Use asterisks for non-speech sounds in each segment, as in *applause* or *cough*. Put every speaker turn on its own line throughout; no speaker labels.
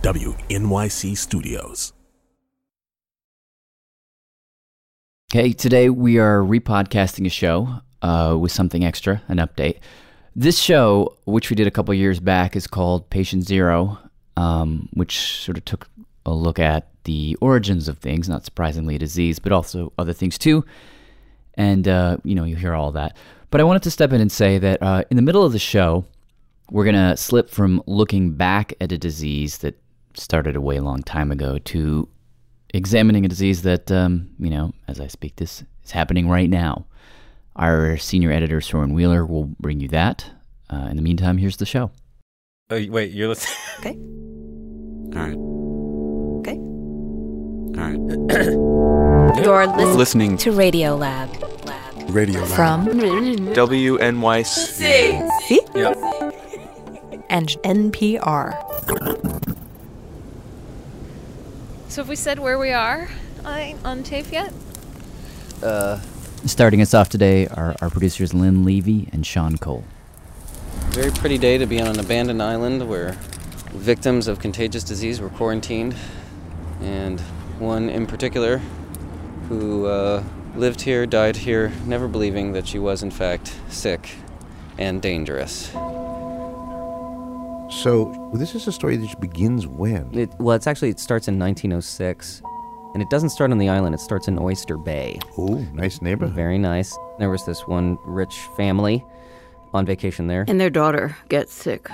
WNYC Studios.
Okay, today we are repodcasting a show uh, with something extra, an update. This show, which we did a couple years back, is called Patient Zero, um, which sort of took a look at the origins of things, not surprisingly, a disease, but also other things too. And, uh, you know, you hear all that. But I wanted to step in and say that uh, in the middle of the show, we're going to slip from looking back at a disease that started a way long time ago to examining a disease that, um, you know, as I speak, this is happening right now. Our senior editor, Soren Wheeler, will bring you that. Uh, in the meantime, here's the show.
Oh, wait, you're listening. *laughs*
Okay.
All right.
Okay.
All
You're listening,
Listening.
to Radio Lab.
right. Radio
From
WNYC.
and NPR.
So have we said where we are on, on tape yet?
Uh,
Starting us off today are our producers, Lynn Levy and Sean Cole.
Very pretty day to be on an abandoned island where victims of contagious disease were quarantined, and one in particular who uh, lived here, died here, never believing that she was in fact sick and dangerous.
So this is a story that begins when?
It, well, it's actually it starts in 1906, and it doesn't start on the island. It starts in Oyster Bay.
Oh, nice neighborhood.
Very nice. There was this one rich family on vacation there.
And their daughter gets sick.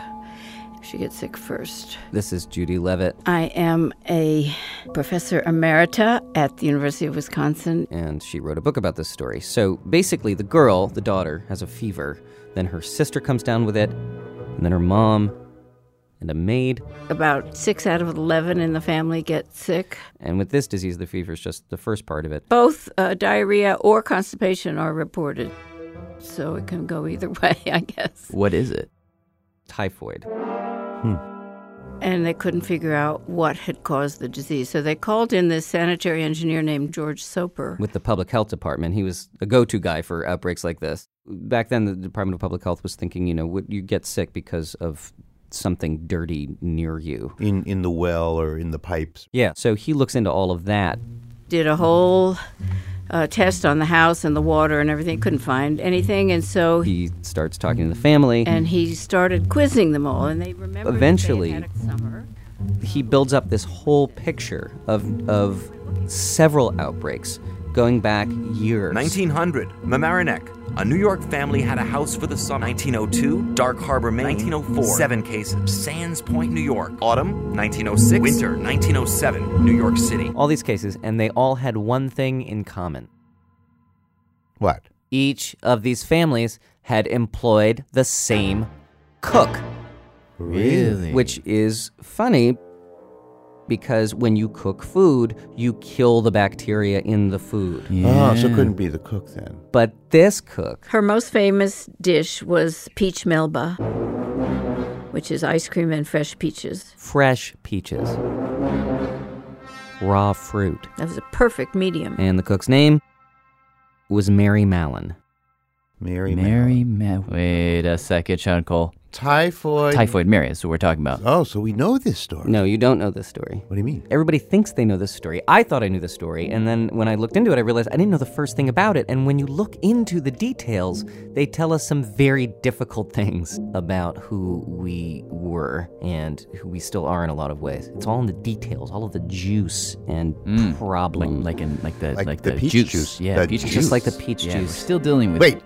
She gets sick first.
This is Judy Levitt,
I am a professor emerita at the University of Wisconsin.
and she wrote a book about this story. So basically, the girl, the daughter, has a fever. Then her sister comes down with it, and then her mom, and a maid.
About six out of 11 in the family get sick.
And with this disease, the fever is just the first part of it.
Both uh, diarrhea or constipation are reported. So it can go either *laughs* way, I guess.
What is it?
Typhoid.
And they couldn't figure out what had caused the disease. So they called in this sanitary engineer named George Soper.
With the public health department, he was a go-to guy for outbreaks like this. Back then, the Department of Public Health was thinking, you know, would you get sick because of something dirty near you?
In in the well or in the pipes.
Yeah. So he looks into all of that.
did a whole uh, test on the house and the water and everything. Couldn't find anything, and so he,
He starts talking to the family.
and he started quizzing them all, and they remembered that
Eventually-
They had had a summer.
he builds up this whole picture of of several outbreaks going back years.
1900, Mamaroneck. A New York family had a house for the summer. 1902, Dark Harbor, Maine. 1904, seven cases. Sands Point, New York. Autumn, 1906. Winter, 1907, New York City.
all these cases, and they all had one thing in common.
What?
Each of these families had employed the same cook,
Really?
which is funny because when you cook food, you kill the bacteria in the food.
Oh, so it couldn't be the cook then.
But this cook,
Her most famous dish was peach melba, which is ice cream and fresh peaches.
fresh peaches, raw fruit,
That was a perfect medium.
and the cook's name was Mary Mallon.
Mary.
Mary Ma- Wait a second, Sean Cole.
Typhoid.
Typhoid Mary is what we're talking about.
Oh, so we know this story.
No, you don't know this story.
What do you mean?
Everybody thinks they know this story. I thought I knew the story, and then when I looked into it, I realized I didn't know the first thing about it. And when you look into the details, they tell us some very difficult things about who we were and who we still are in a lot of ways. It's all in the details, all of the juice and
Mm. Like,
problem.
like in like the
Like
like,
the
the,
peach juice.
Yeah,
The
peach
juice.
juice.
Just
like the peach
Yeah, we're
juice.
still dealing with
Wait,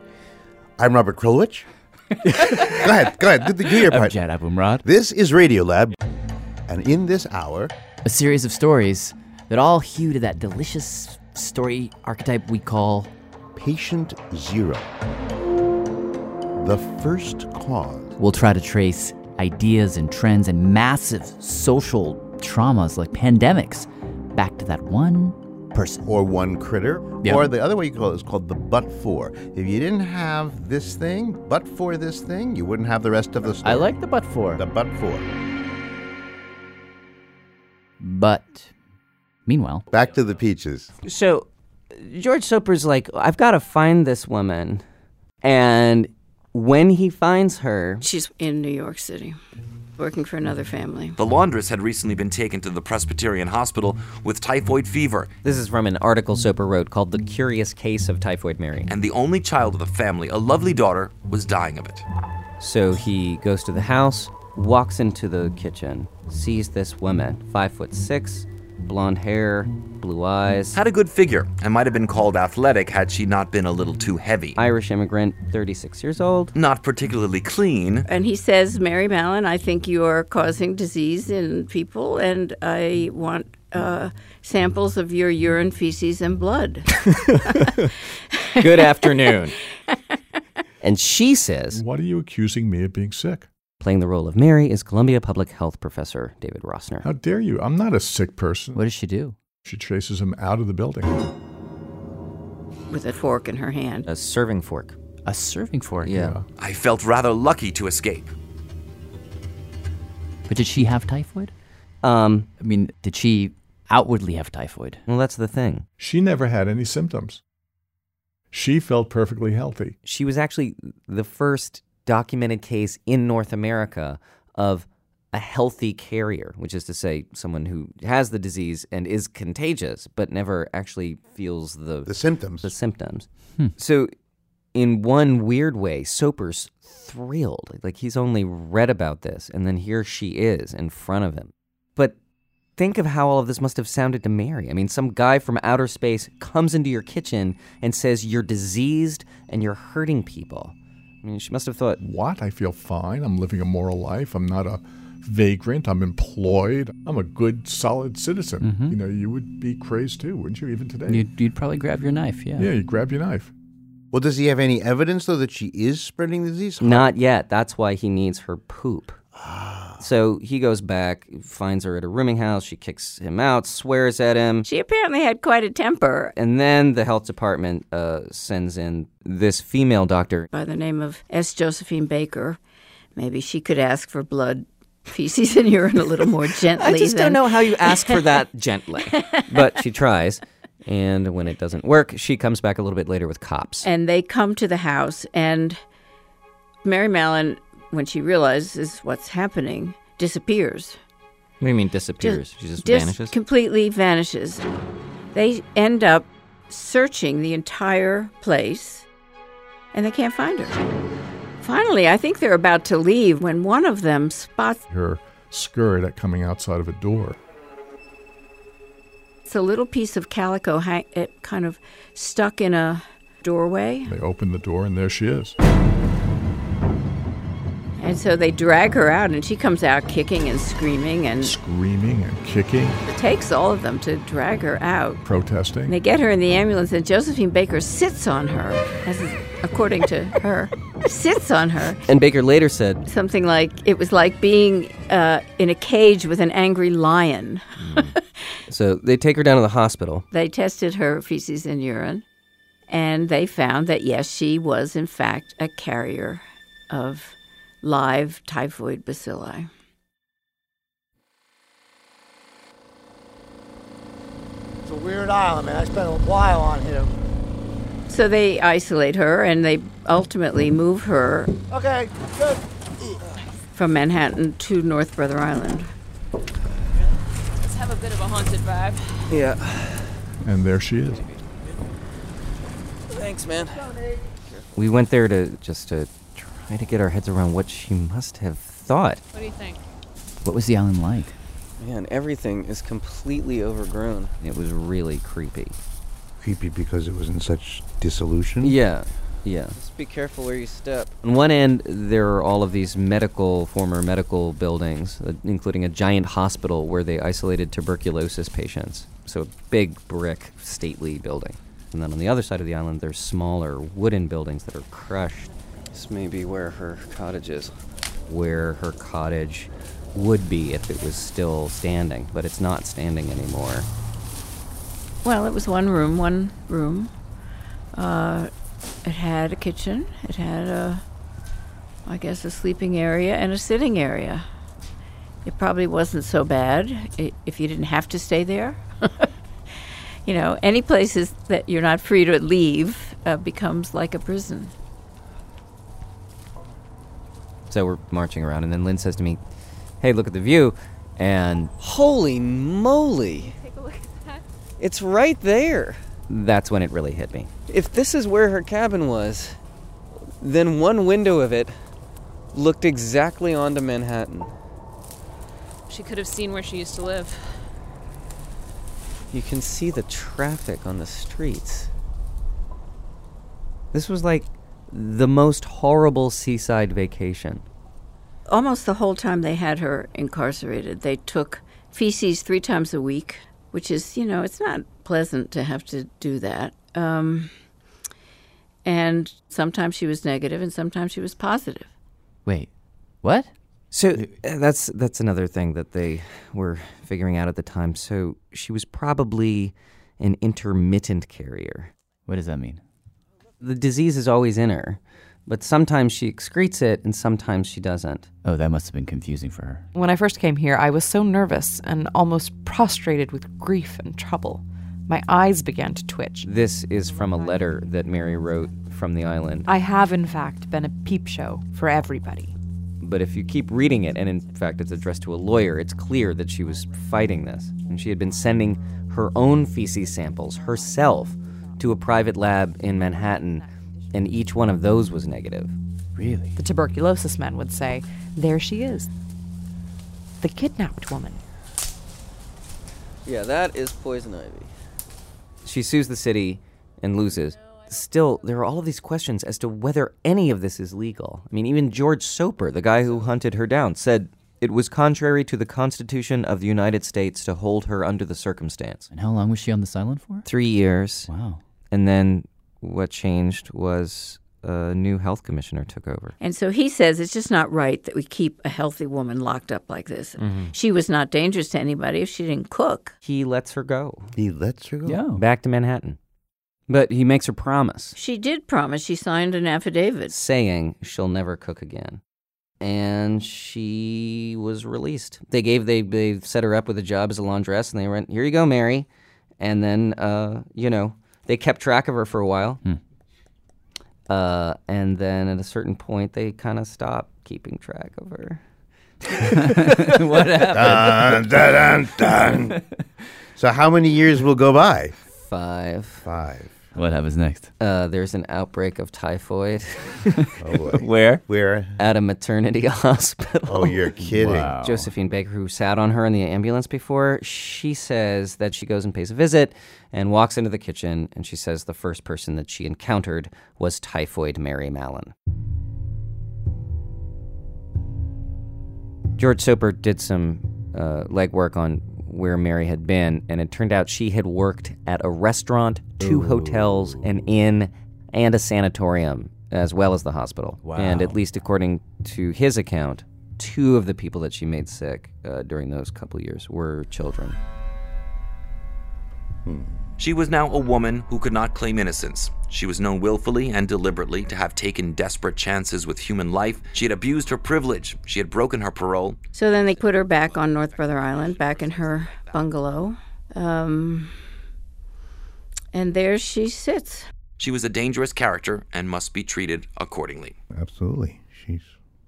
I'm Robert
*laughs*
Krulwich. go ahead. Go ahead. Do, the- do your
I'm
part.
Jad Abumrad.
This is Radio Lab, and in this hour,
a series of stories that all hue to that delicious story archetype we call
patient zero. The first cause.
we'll try to trace ideas and trends and massive social traumas like pandemics back to that one person.
Or one critter.
Yeah.
Or the other way you call it is called the but for. If you didn't have this thing, but for this thing, you wouldn't have the rest of the story. I like
the but for.
The but for.
But meanwhile,
back to the peaches.
So George Soper's like, I've got to find this woman. And when he finds her,
She's in New York City, working for another family.
The laundress had recently been taken to the Presbyterian Hospital with typhoid fever.
This is from an article Soper wrote called The Curious Case of Typhoid Mary.
And the only child of the family, a lovely daughter, was dying of it.
So he goes to the house, walks into the kitchen, sees this woman, five foot six, blonde hair, blue eyes.
Had a good figure and might have been called athletic had she not been a little too heavy.
Irish immigrant, 36 years old.
Not particularly clean.
And he says, Mary Mallon, I think you are causing disease in people, and I want uh, samples of your urine, feces, and blood.
*laughs* Good afternoon. and she says,
What are you accusing me of being sick?
Playing the role of Mary is Columbia Public Health Professor David Rossner.
How dare you? I'm not a sick person.
What does she do?
She chases him out of the building.
With a fork in her hand.
A serving fork.
A serving fork?
Yeah.
I felt rather lucky to escape.
But did she have typhoid?
Um,
I mean, did she outwardly have typhoid?
Well, that's the thing.
She never had any symptoms. She felt perfectly healthy.
She was actually the first documented case in North America of a healthy carrier, which is to say, someone who has the disease and is contagious, but never actually feels the
The symptoms.
the symptoms.
Hmm.
So, in one weird way, Soper's thrilled. Like he's only read about this, and then here she is in front of him. But think of how all of this must have sounded to Mary. I mean, some guy from outer space comes into your kitchen and says you're diseased and you're hurting people. I mean, she must have thought,
What? I feel fine. I'm living a moral life. I'm not a vagrant. I'm employed. I'm a good, solid citizen.
Mhm.
Mm-hmm.
You know, you would be crazed too, wouldn't you, even today?
You'd, you'd probably grab your knife, yeah.
yeah, you grab your knife.
Well, does he have any evidence, though, that she is spreading the disease?
not yet. That's why he needs her poop. So he goes back, finds her at her rooming house. She kicks him out, swears at him.
*laughs* She apparently had quite a temper
And then the health department uh, sends in this female doctor.
by the name of S. Josephine Baker. Maybe she could ask for blood, feces, and urine a little more gently.
*laughs* I just
than-
don't know how you ask for that gently. But she tries. And when it doesn't work, she comes back a little bit later with cops.
And they come to the house, and Mary Mallon, when she realizes what's happening, disappears.
What do you mean disappears?
Just-
she just
dis-
vanishes?
Completely vanishes. They end up searching the entire place and they can't find her. Finally, I think they're about to leave when one of them spots
Her skirt at coming outside of a door.
a little piece of calico hang- it kind of stuck in a doorway.
They open the door, and there she is.
And so they drag her out and she comes out kicking and screaming and
Screaming and kicking,
it takes all of them to drag her out. And
protesting.
they get her in the ambulance, and Josephine Baker sits on her, as is, according to her, sits on her.
and Baker later said,
Something like it was like being uh, in a cage with an angry lion.
so they take her down to the hospital.
They tested her feces and urine, and they found that yes, she was in fact a carrier of live typhoid bacilli.
It's a weird island, man. I spent a while on here.
So they isolate her, and they ultimately move her
Okay, good.
from Manhattan to North Brother Island.
Let's have a bit of a haunted vibe.
Yeah. And there she is.
Thanks, man.
We went there to just to try to get our heads around what she must have thought.
What do you think?
What was the island like?
Man, everything is completely overgrown.
It was really creepy.
Creepy because it was in such dissolution.
Yeah, yeah.
Just be careful where you step.
On one end, there are all of these medical, former medical buildings, uh, including a giant hospital where they isolated tuberculosis patients. So a big brick, stately building. And then on the other side of the island, there's smaller wooden buildings that are crushed
This may be where her cottage is.
where her cottage would be if it was still standing, but it's not standing anymore.
Well, it was one room, one room. Uh, it had a kitchen. It had a, I guess, a sleeping area and a sitting area. It probably wasn't so bad i- if you didn't have to stay there. *laughs* you know, any places that you're not free to leave uh, becomes like a prison.
So we're marching around, and then Lynn says to me, Hey, look at the view. And
Holy moly! Take a look at that. It's right there.
that's when it really hit me.
If this is where her cabin was, then one window of it looked exactly onto Manhattan.
She could have seen where she used to live.
You can see the traffic on the streets.
This was like the most horrible seaside vacation.
Almost the whole time they had her incarcerated, they took feces three times a week, which is, you know, it's not pleasant to have to do that. Um, and sometimes she was negative and sometimes she was positive.
Wait, what?
So uh, that's that's another thing that they were figuring out at the time. So she was probably an intermittent carrier.
What does that mean?
The disease is always in her, but sometimes she excretes it and sometimes she doesn't.
Oh, that must have been confusing for her.
When I first came here, I was so nervous and almost prostrated with grief and trouble. My eyes began to twitch.
This is from a letter that Mary wrote from the island.
I have, in fact, been a peep show for everybody.
But if you keep reading it, and in fact it's addressed to a lawyer, it's clear that she was fighting this. And she had been sending her own feces samples herself to a private lab in Manhattan, and each one of those was negative.
Really?
The tuberculosis men would say, There she is. The kidnapped woman.
Yeah, that is poison ivy.
She sues the city and loses. Still, there are all of these questions as to whether any of this is legal. I mean, even George Soper, the guy who hunted her down, said it was contrary to the Constitution of the United States to hold her under the circumstance.
And how long was she on this island for?
Three years.
Wow.
And then what changed was a new health commissioner took over.
And so he says it's just not right that we keep a healthy woman locked up like this.
Mhm.
She was not dangerous to anybody if she didn't cook.
He lets her go.
He lets her go.
Yeah.
Back to Manhattan. But he makes her promise.
She did promise. She signed an affidavit.
saying she'll never cook again. And she was released. They gave they they set her up with a job as a laundress, and they went, "Here you go, Mary." And then, uh, you know, they kept track of her for a while.
Hmm.
Uh, and then at a certain point, they kind of stopped keeping track of her. *laughs*
what
Dun,
happened?
dun, dun,
*laughs*
dun. so how many years will go by?
Five.
Five.
What happens next?
Uh, there's an outbreak of typhoid
Oh boy.
*laughs* Where?
Where?
at a maternity *laughs* hospital.
Oh, you're kidding.
Wow.
Josephine Baker, who sat on her in the ambulance before, she says that she goes and pays a visit and walks into the kitchen and she says the first person that she encountered was typhoid Mary Mallon. George Soper did some uh, legwork on where Mary had been, and it turned out she had worked at a restaurant, two hotels, an inn, and a sanatorium, as well as the hospital.
Wow.
And at least according to his account, two of the people that she made sick uh, during those couple years were children.
She was now a woman who could not claim innocence. She was known willfully and deliberately to have taken desperate chances with human life. She had abused her privilege. She had broken her parole.
So then they put her back on North Brother Island, back in her bungalow. Um, and there she sits.
She was a dangerous character and must be treated accordingly.
Absolutely. She's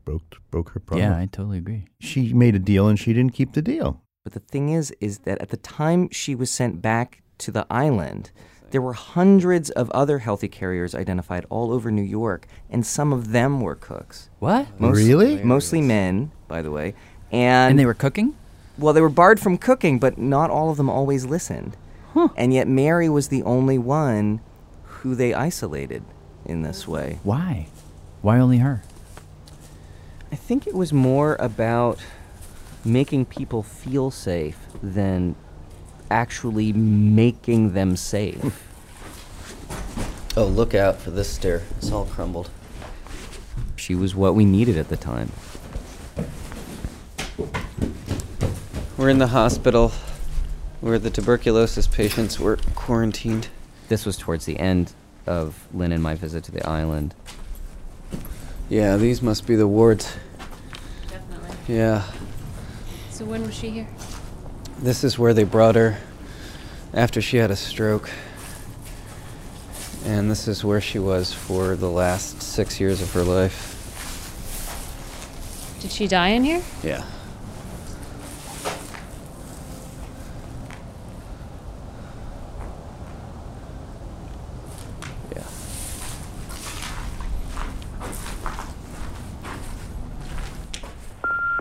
broke broke her promise.
Yeah, I totally agree.
She made a deal and she didn't keep the deal.
But the thing is, is that at the time she was sent back to the island, there were hundreds of other healthy carriers identified all over New York, and some of them were cooks.
What?
Really?
Mostly men, by the way. And,
And they were cooking?
well, they were barred from cooking, but not all of them always listened. And yet Mary was the only one who they isolated in this way.
Why? Why only her?
I think it was more about making people feel safe than actually making them safe.
Oh, look out for this stair. It's all crumbled.
she was what we needed at the time.
We're in the hospital where the tuberculosis patients were quarantined.
This was towards the end of Lynn and my visit to the island.
Yeah, these must be the wards. Definitely. Yeah.
So when was she here?
This is where they brought her after she had a stroke. And this is where she was for the last six years of her life.
Did she die in here?
Yeah.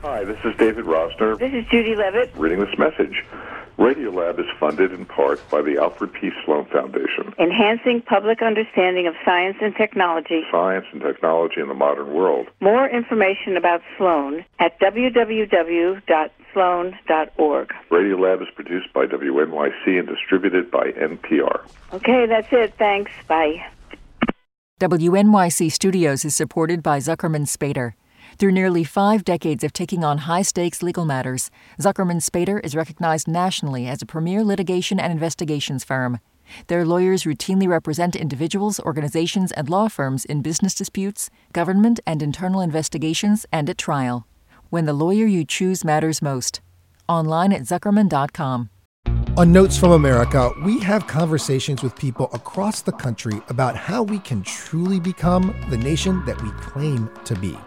Hi, this is David Rosner.
This is Judy Levitt.
Reading this message. Radiolab is funded in part by the Alfred P. Sloan Foundation.
Enhancing public understanding of science and technology.
Science and technology in the modern world.
More information about Sloan at www.sloan.org.
Radiolab is produced by WNYC and distributed by NPR.
Okay, that's it. Thanks. Bye.
WNYC Studios is supported by Zuckerman Spader. Through nearly five decades of taking on high stakes legal matters, Zuckerman Spader is recognized nationally as a premier litigation and investigations firm. Their lawyers routinely represent individuals, organizations, and law firms in business disputes, government and internal investigations, and at trial. When the lawyer you choose matters most. Online at Zuckerman.com.
On Notes from America, we have conversations with people across the country about how we can truly become the nation that we claim to be.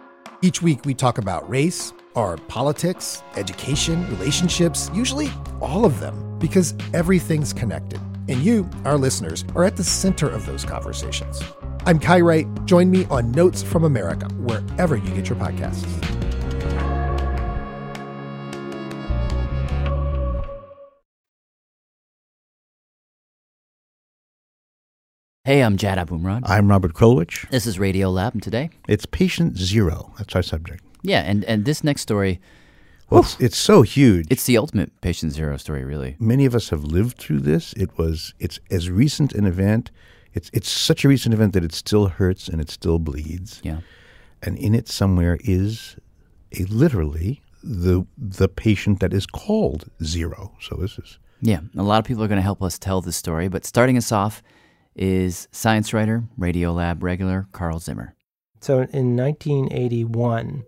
Each week, we talk about race, our politics, education, relationships, usually all of them, because everything's connected. And you, our listeners, are at the center of those conversations. I'm Kai Wright. Join me on Notes from America, wherever you get your podcasts.
Hey, I'm Jad Abumrad.
I'm Robert Krulwich.
This is Radio Lab, and today
It's patient zero. That's our subject.
yeah, and and this next story,
Well, it's, it's so huge.
it's the ultimate patient zero story, really.
Many of us have lived through this. It was. It's as recent an event. It's it's such a recent event that it still hurts and it still bleeds.
Yeah.
And in it somewhere is a literally the the patient that is called zero. So this is
Yeah, a lot of people are going to help us tell this story, but starting us off is science writer, Radio Lab regular Carl Zimmer.
So in 1981,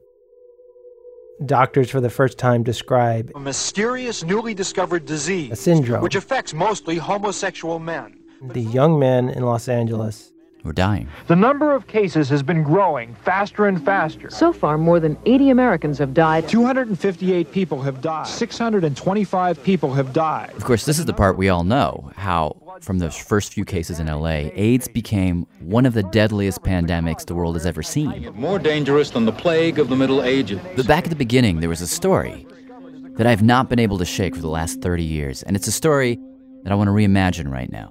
doctors for the first time describe
a mysterious newly discovered disease
A syndrome.
which affects mostly homosexual men.
the young men in Los Angeles.
We're dying.
The number of cases has been growing faster and faster.
So far, more than 80 Americans have died.
258 people have died. 625 people have died.
Of course, this is the part we all know how, from those first few cases in LA, AIDS became one of the deadliest pandemics the world has ever seen.
More dangerous than the plague of the Middle Ages.
But back at the beginning, there was a story that I've not been able to shake for the last 30 years, and it's a story that I want to reimagine right now.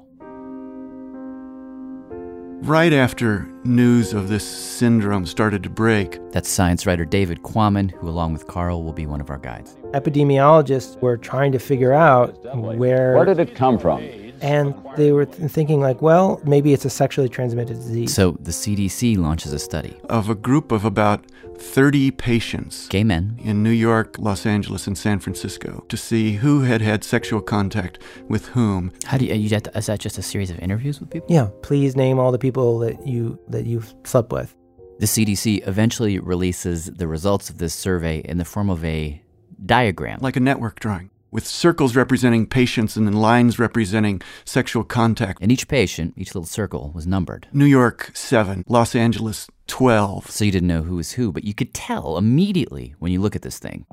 Right after news of this syndrome started to break,
That's science writer David Quammen, who, along with Carl, will be one of our guides.
Epidemiologists were trying to figure out where
Where did it come from?
and they were th- thinking like, well, maybe it's a sexually transmitted disease.
So the CDC launches a study.
of a group of about 30 patients,
gay men,
in New York, Los Angeles, and San Francisco, to see who had had sexual contact with whom.
How do you, you have to, is that just a series of interviews with people?
yeah, please name all the people that you that you've slept with.
The CDC eventually releases the results of this survey in the form of a diagram.
Like a network drawing, with circles representing patients and then lines representing sexual contact.
And each patient, each little circle, was numbered.
New York, 7, Los Angeles, 12.
So you didn't know who was who, but you could tell immediately when you look at this thing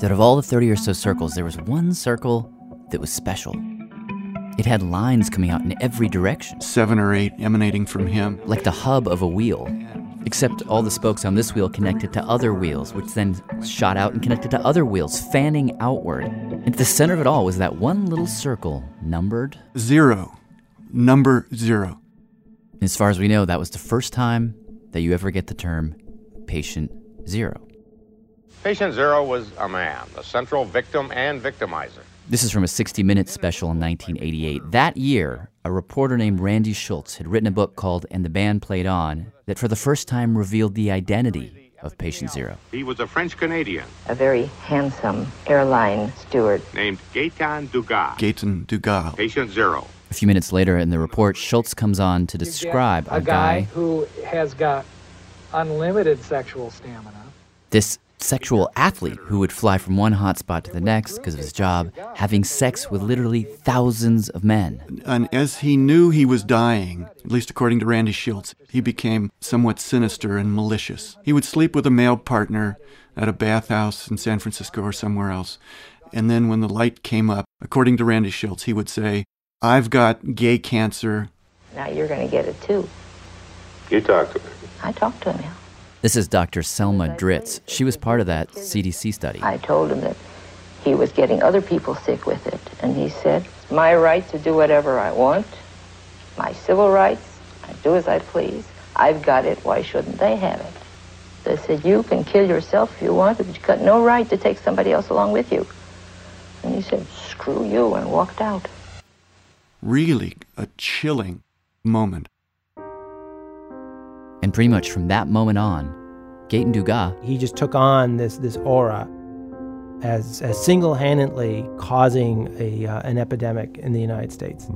that out of all the 30 or so circles, there was one circle that was special. It had lines coming out in every direction,
seven or eight emanating from him.
like the hub of a wheel, except all the spokes on this wheel connected to other wheels, which then shot out and connected to other wheels, fanning outward. And at the center of it all was that one little circle numbered.
Zero. Number zero.
And as far as we know, that was the first time that you ever get the term patient zero.
Patient Zero was a man, the central victim and victimizer.
This is from a 60 Minutes special in 1988. That year, a reporter named Randy Schultz had written a book called And the Band Played On that for the first time revealed the identity of patient zero.
He was a French Canadian
a very handsome airline steward.
named Gaetan Dugas.
Gaetan Dugas.
Patient Zero.
A few minutes later in the report, Schultz comes on to describe
a
a
guy
guy.
who has got unlimited sexual stamina.
This sexual athlete who would fly from one hotspot to the next because of his job, having sex with literally thousands of men.
And as he knew he was dying, at least according to Randy Schultz, he became somewhat sinister and malicious. He would sleep with a male partner at a bathhouse in San Francisco or somewhere else. And then when the light came up, according to Randy Schultz, he would say, I've got gay cancer.
Now you're going to get it too.
You talked to him.
I talked to him. yeah.
This is Dr. Selma Dritz. She was part of that CDC study.
I told him that he was getting other people sick with it, and he said, "My right to do whatever I want, my civil rights. I do as I please. I've got it. Why shouldn't they have it?" They said, "You can kill yourself if you want, but you got no right to take somebody else along with you." And he said, "Screw you," and walked out.
Really a chilling moment.
And pretty much from that moment on, Gaten Dugas
He just took on this this aura as, as single-handedly causing a uh, an epidemic in the United States.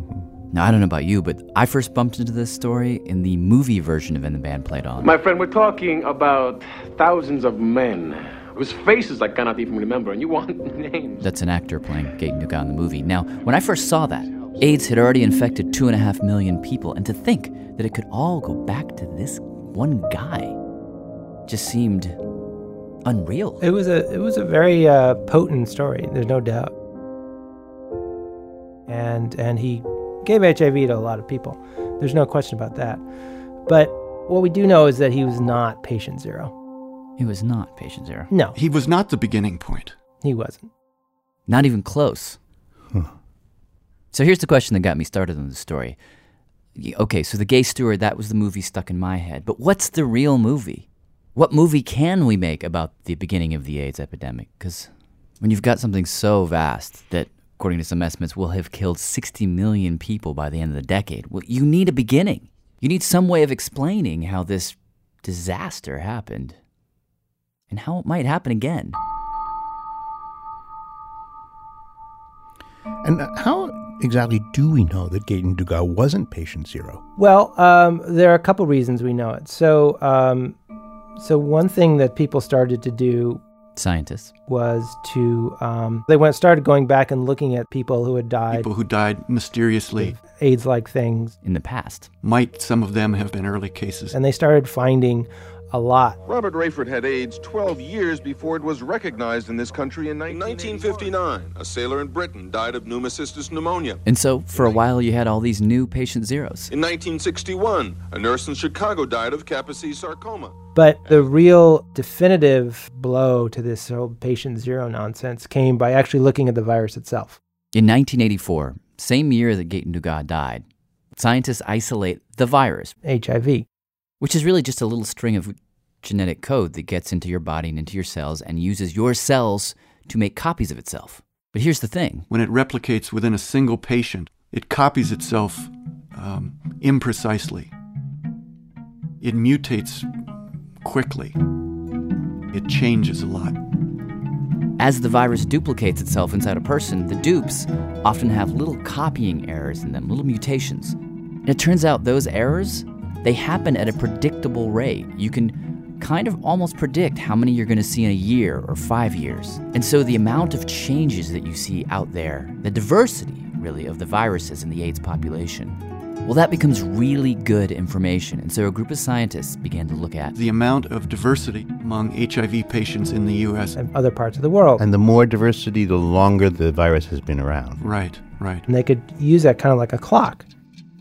Now, I don't know about you, but I first bumped into this story in the movie version of And the Band Played On.
My friend, we're talking about thousands of men whose faces I cannot even remember, and you want *laughs* names.
That's an actor playing Gaten Dugas in the movie. Now, when I first saw that, AIDS had already infected two and a half million people, and to think that it could all go back to this one guy just seemed unreal.
It was a it was a very uh, potent story. There's no doubt. And and he gave HIV to a lot of people. There's no question about that. But what we do know is that he was not patient zero.
He was not patient zero.
No,
He was not the beginning point.
he wasn't.
Not even close. So here's the question that got me started on the story. Y- Okay, so the gay steward, that was the movie stuck in my head. But what's the real movie? What movie can we make about the beginning of the AIDS epidemic? Because when you've got something so vast that, according to some estimates, will have killed 60 million people by the end of the decade, well, you need a beginning. You need some way of explaining how this disaster happened and how it might happen again.
And uh, how exactly do we know that Gaten Dugas wasn't patient zero?
Well, um, there are a couple reasons we know it. So um, so one thing that people started to do
Scientists.
was to um, they went started going back and looking at people who had died
People who died mysteriously.
AIDS like things
in the past.
Might some of them have been early cases?
and they started finding a lot
Robert Rayford had AIDS 12 years before it was recognized in this country in 1959. A sailor in Britain died of pneumocystis pneumonia.
And so, for a while, you had all these new patient zeros.
In 1961, a nurse in Chicago died of Kaposi's sarcoma.
But the real definitive blow to this whole patient zero nonsense came by actually looking at the virus itself.
In 1984, same year that Gaten Dugas died, scientists isolate the virus,
HIV.
which is really just a little string of genetic code that gets into your body and into your cells and uses your cells to make copies of itself. But here's the thing
When it replicates within a single patient, it copies itself um, imprecisely. It mutates quickly. It changes a lot.
as the virus duplicates itself inside a person, the dupes often have little copying errors in them, little mutations. And it turns out those errors, they happen at a predictable rate. You can kind of almost predict how many you're going to see in a year or 5 years. And so the amount of changes that you see out there, the diversity really of the viruses in the AIDS population. Well, that becomes really good information. And so a group of scientists began to look at
The amount of diversity among HIV patients in the U.S.
and other parts of the world.
And
The more diversity, the longer the virus has been around.
Right, right.
And they could use that kind of like a clock.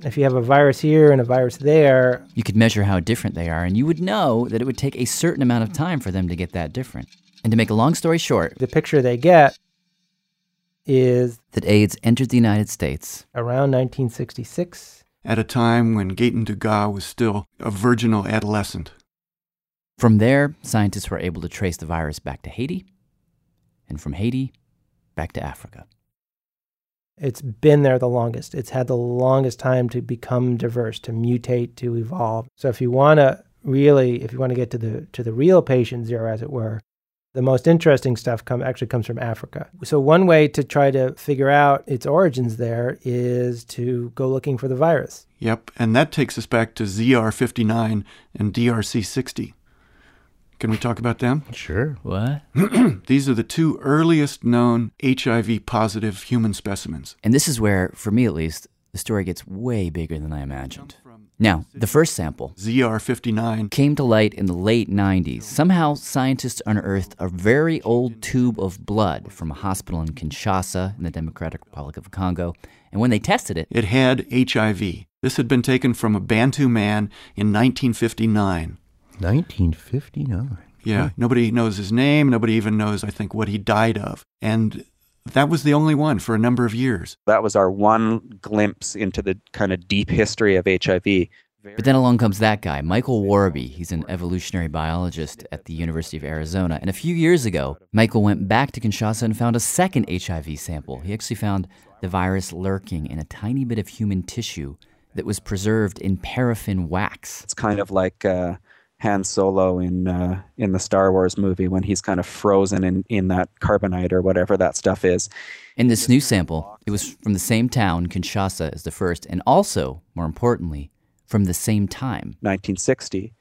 If you have a virus here and a virus there,
You could measure how different they are, and you would know that it would take a certain amount of time for them to get that different. And to make a long story short,
the picture they get is
that AIDS entered the United States.
around 1966.
At a time when Gaten Dugas was still a virginal adolescent.
From there, scientists were able to trace the virus back to Haiti, and from Haiti, back to Africa.
It's been there the longest. It's had the longest time to become diverse, to mutate, to evolve. So if you want to really, if you want to get to the to the real patient zero, as it were, the most interesting stuff come, actually comes from Africa. So one way to try to figure out its origins there is to go looking for the virus.
Yep, and that takes us back to ZR59 and DRC60. Can we talk about them?
Sure.
What?
*clears throat* These are the two earliest known HIV positive human specimens.
And this is where, for me at least, the story gets way bigger than I imagined. Now, the first sample,
ZR59,
came to light in the late 90s. Somehow, scientists unearthed a very old tube of blood from a hospital in Kinshasa in the Democratic Republic of Congo. And when they tested it,
It had HIV. This had been taken from a Bantu man in 1959.
1959.
Yeah,
Hmm.
nobody knows his name. Nobody even knows, I think, what he died of. And that was the only one for a number of years.
That was our one glimpse into the kind of deep history of HIV.
But then along comes that guy, Michael Warby. He's an evolutionary biologist at the University of Arizona. And a few years ago, Michael went back to Kinshasa and found a second HIV sample. He actually found the virus lurking in a tiny bit of human tissue that was preserved in paraffin wax.
It's kind of like uh, Han Solo in uh, in the Star Wars movie when he's kind of frozen in, in that carbonite or whatever that stuff is.
In this new sample, it was from the same town, Kinshasa, as the first, and also, more importantly, from the same time.
1960.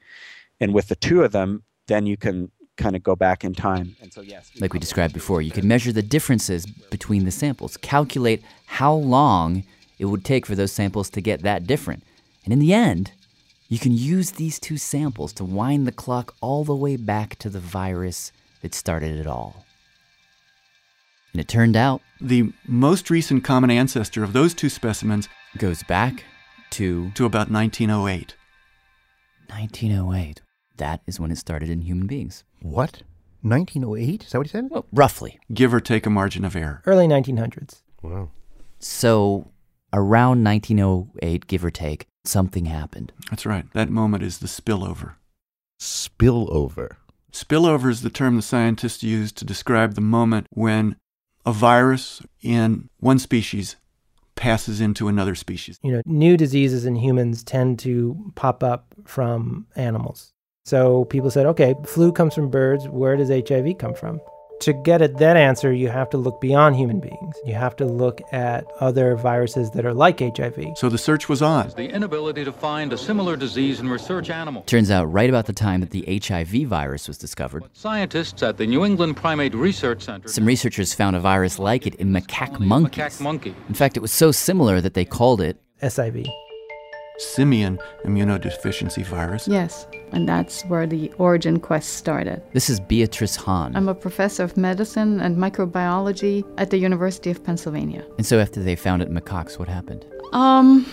And with the two of them, then you can kind of go back in time. And so, yes.
Like we described before, you could measure the differences between the samples, calculate how long it would take for those samples to get that different. And in the end, you can use these two samples to wind the clock all the way back to the virus that started it all. And it turned out
The most recent common ancestor of those two specimens
goes back to
to about 1908.
1908. That is when it started in human beings.
What? 1908? Is that what he said?
Well, roughly.
Give or take a margin of error.
Early 1900s.
Wow.
So, around 1908, give or take, something happened.
That's right. That moment is the spillover.
Spillover.
Spillover is the term the scientists use to describe the moment when a virus in one species passes into another species.
You know, new diseases in humans tend to pop up from animals. So people said, okay, flu comes from birds. Where does HIV come from? To get at that answer, you have to look beyond human beings. You have to look at other viruses that are like HIV.
So the search was on.
The inability to find a similar disease in research animals.
Turns out, right about the time that the HIV virus was discovered,
Scientists at the New England Primate Research Center.
some researchers found a virus like it in macaque monkeys.
Macaque monkey.
In fact, it was so similar that they called it
SIV.
Simian immunodeficiency virus.
Yes, and that's where the origin quest started.
this is Beatrice Hahn.
I'm a professor of medicine and microbiology at the University of Pennsylvania.
and so, after they found it in macaques, what happened?
Um,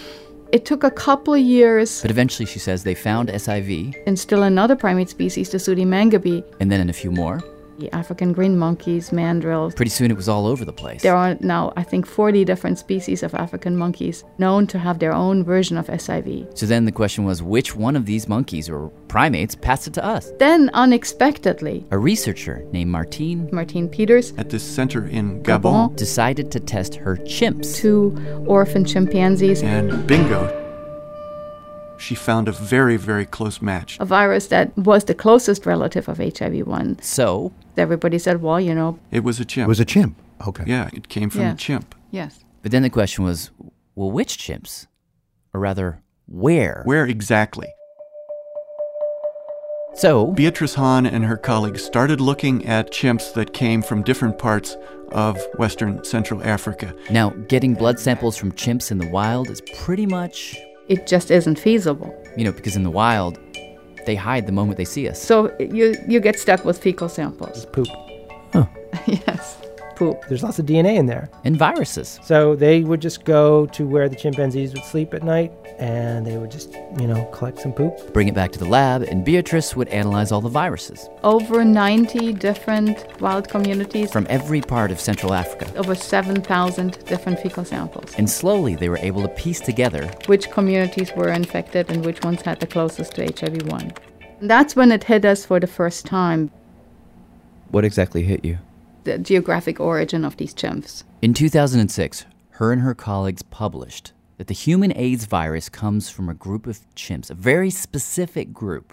it took a couple of years
But eventually, she says they found SIV,
and still another primate species, the Sudimangabe,
and then in a few more.
the African green monkeys, mandrills.
Pretty soon, it was all over the place.
There are now, I think, 40 different species of African monkeys known to have their own version of SIV.
So then the question was which one of these monkeys or primates passed it to us?
Then, unexpectedly,
A researcher named Martine
Martine Peters,
At this center in Gabon.
decided to test her chimps.
two orphan chimpanzees,
And bingo, she found a very, very close match.
a virus that was the closest relative of HIV 1.
So,
Everybody said, well, you know,
It was a
It
chimp.
was a chimp. Okay.
yeah, it came from
Yeah.
a chimp.
yes.
but then the question was well, which chimps? Or rather, where?
Where exactly?
So,
Beatrice Hahn and her colleagues started looking at chimps that came from different parts of Western Central Africa.
now getting blood samples from chimps in the wild is pretty much,
It just isn't feasible.
you know, because in the wild, they hide the moment they see us.
So you, you get stuck with fecal samples.
It's poop.
yes, poop.
There's lots of DNA in there.
And viruses.
So they would just go to where the chimpanzees would sleep at night and they would just, you know, collect some poop.
Bring it back to the lab, and Beatrice would analyze all the viruses
Over 90 different wild communities,
from every part of Central Africa.
over 7,000 different fecal samples.
And slowly, they were able to piece together
Which communities were infected and which ones had the closest to HIV 1. That's when it hit us for the first time
what exactly hit you.
the geographic origin of these chimps.
In 2006, her and her colleagues published that the human AIDS virus comes from a group of chimps, a very specific group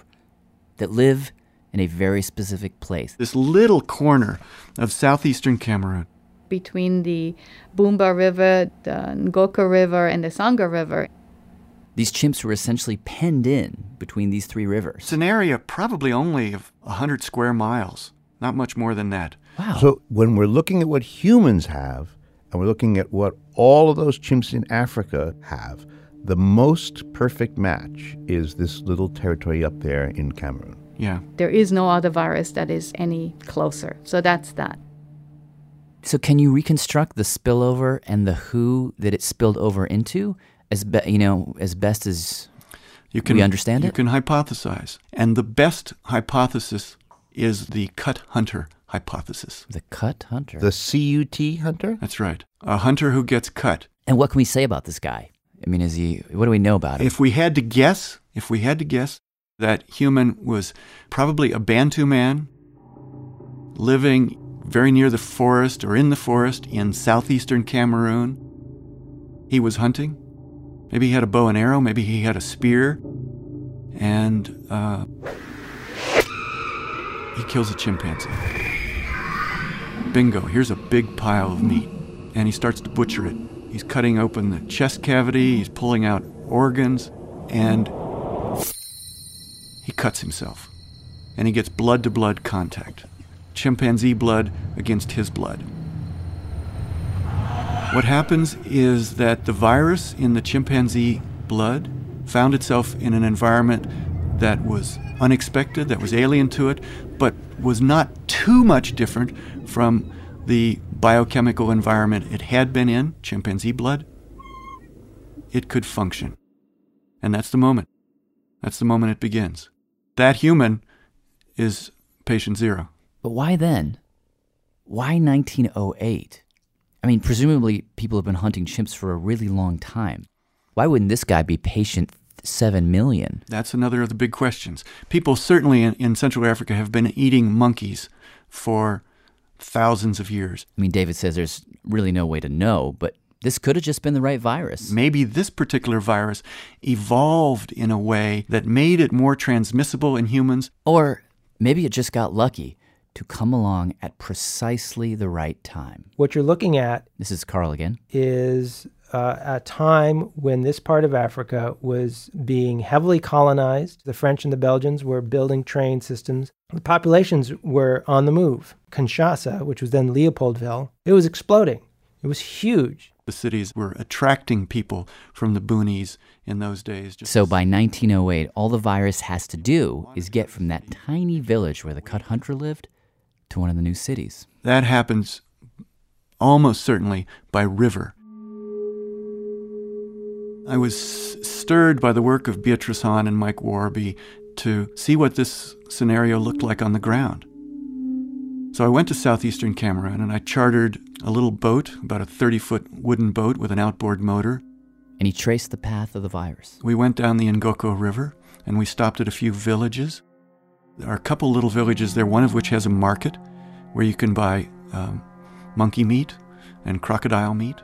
that live in a very specific place.
This little corner of southeastern Cameroon.
between the Boomba River, the Ngoka River, and the Sangha River.
These chimps were essentially penned in between these three rivers.
It's an area probably only of 100 square miles, not much more than that.
So when we're looking at what humans have, and we're looking at what all of those chimps in Africa have, the most perfect match is this little territory up there in Cameroon.
Yeah.
There is no other virus that is any closer. So that's that.
So, can you reconstruct the spillover and the who that it spilled over into, as be, you know, as best as
You can
we understand
you
it?
can hypothesize. And the best hypothesis is the cut hunter hypothesis.
The cut hunter.
The CUT hunter?
That's right. A hunter who gets cut.
And what can we say about this guy? I mean, is he? What do we know about him?
If we had to guess, if we had to guess, that human was probably a Bantu man living very near the forest or in the forest in southeastern Cameroon. He was hunting. Maybe he had a bow and arrow, maybe he had a spear, and uh, he kills a chimpanzee. Bingo, here's a big pile of meat. And he starts to butcher it. He's cutting open the chest cavity, he's pulling out organs, and he cuts himself. And he gets blood to blood contact chimpanzee blood against his blood. What happens is that the virus in the chimpanzee blood found itself in an environment that was unexpected, that was alien to it, but was not too much different from the biochemical environment it had been in, chimpanzee blood. It could function. And that's the moment. That's the moment it begins. That human is patient zero.
But why then? Why 1908? I mean, presumably people have been hunting chimps for a really long time. Why wouldn't this guy be patient 7 million?
That's another of the big questions. People certainly in, in Central Africa have been eating monkeys for thousands of years.
I mean, David says there's really no way to know, but this could have just been the right virus.
Maybe this particular virus evolved in a way that made it more transmissible in humans.
Or maybe it just got lucky to come along at precisely the right time.
What you're looking at
This is Carl again.
is uh, a time when this part of Africa was being heavily colonized. The French and the Belgians were building train systems. The populations were on the move. Kinshasa, which was then Leopoldville, it was exploding. It was huge.
The cities were attracting people from the boonies in those days. Just
So by 1908, all the virus has to do is get from that tiny village where the cut hunter lived to one of the new cities.
that happens almost certainly by river. I was s- stirred by the work of Beatrice Hahn and Mike Warby to see what this scenario looked like on the ground. So I went to southeastern Cameroon and I chartered a little boat, about a 30 foot wooden boat with an outboard motor.
And he traced the path of the virus.
We went down the Ngoko River and we stopped at a few villages. There are a couple little villages there, one of which has a market where you can buy um, monkey meat and crocodile meat.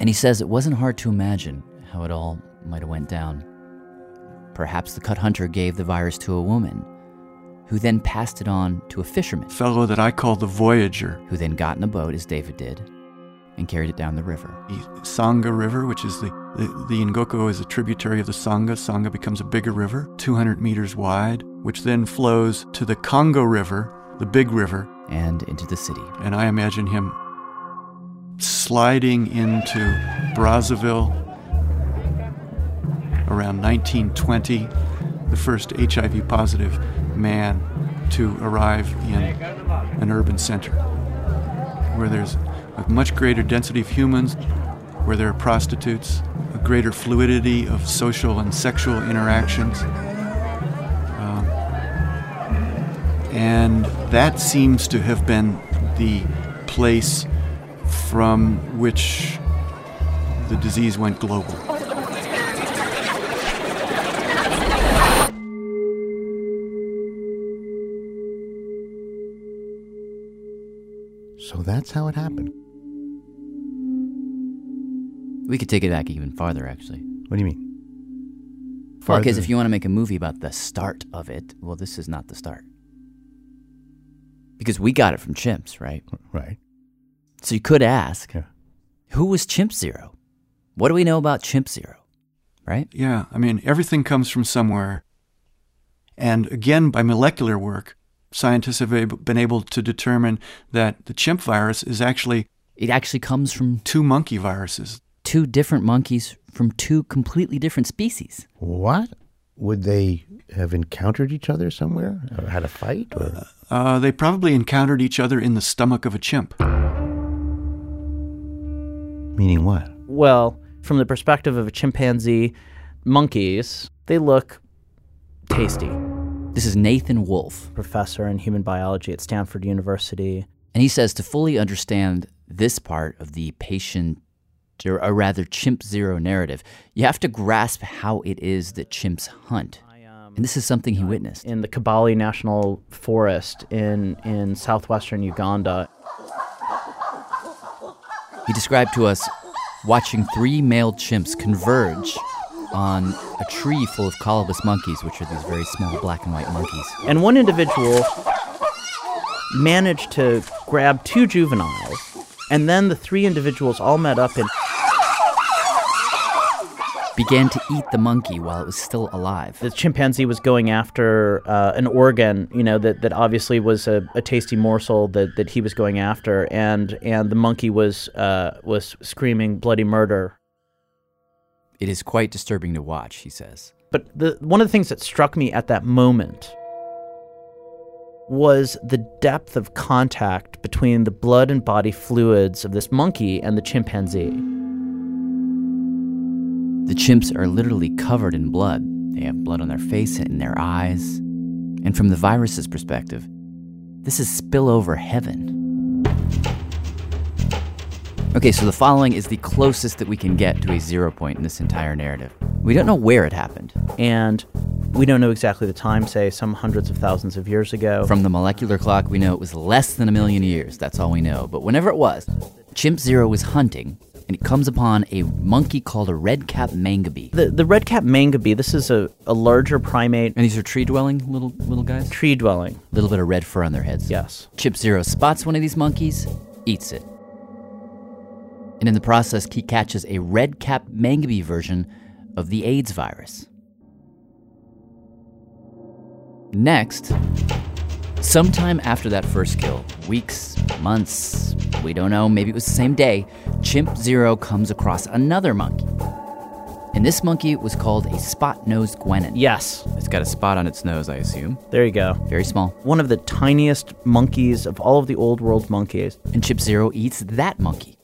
And he says it wasn't hard to imagine how it all might have went down. Perhaps the cut hunter gave the virus to a woman, who then passed it on to a fisherman,
fellow that I call the Voyager,
who then got in a boat, as David did, and carried it down the river.
the Sangha River, which is the, the, the Ngoko is a tributary of the Sangha. Sangha becomes a bigger river, 200 meters wide, which then flows to the Congo River, the big river,
And into the city.
and I imagine him sliding into Brazzaville around 1920, the first HIV positive man to arrive in an urban center where there's a much greater density of humans, where there are prostitutes, a greater fluidity of social and sexual interactions. Um, and that seems to have been the place from which the disease went global.
So that's how it happened.
We could take it back even farther, actually.
What do you mean?
Well, because
farther-
if you want to make a movie about the start of it, well, this is not the start. Because we got it from chimps, right?
Right.
So you could ask, who was Chimp Zero? What do we know about Chimp Zero? Right?
Yeah, I mean, everything comes from somewhere. And again, by molecular work, scientists have ab- been able to determine that the chimp virus is actually.
It actually comes from
two monkey viruses.
Two different monkeys from two completely different species.
What? Would they have encountered each other somewhere? Or had a fight? Or?
Uh, they probably encountered each other in the stomach of a chimp.
Meaning what?
Well, from the perspective of a chimpanzee, monkeys, they look tasty.
This is Nathan Wolf,
professor in human biology at Stanford University.
And he says to fully understand this part of the patient, or rather chimp zero narrative, you have to grasp how it is that chimps hunt. And this is something he witnessed.
um, In the Kabale National Forest in, in southwestern Uganda,
He described to us watching three male chimps converge on a tree full of colobus monkeys, which are these very small black and white monkeys.
and one individual managed to grab two juveniles, and then the three individuals all met up and
began to eat the monkey while it was still alive.
The chimpanzee was going after uh, an organ, you know, that, that obviously was a, a tasty morsel that, that he was going after, and and the monkey was uh, was screaming bloody murder.
It is quite disturbing to watch, he says.
But the one of the things that struck me at that moment was the depth of contact between the blood and body fluids of this monkey and the chimpanzee.
The chimps are literally covered in blood. They have blood on their face and in their eyes. And from the virus's perspective, this is spillover heaven. Okay, so the following is the closest that we can get to a zero point in this entire narrative. We don't know where it happened.
And we don't know exactly the time, say some hundreds of thousands of years ago.
From the molecular clock, we know it was less than a million years. That's all we know. But whenever it was, Chimp Zero was hunting, and it comes upon a monkey called a red cap mangabey.
The the red cap mangabey. This is a, a larger primate.
And these are tree dwelling little little guys.
Tree dwelling.
Little bit of red fur on their heads.
Yes.
Chip Zero spots one of these monkeys, eats it. And in the process, he catches a red cap mangabey version of the AIDS virus. Next, sometime after that first kill, weeks, months, we don't know, maybe it was the same day, Chimp Zero comes across another monkey. And this monkey was called a spot nosed guenon.
Yes.
It's got a spot on its nose, I assume.
There you go.
Very small.
One of the tiniest monkeys of all of the old world monkeys.
And Chip Zero eats that monkey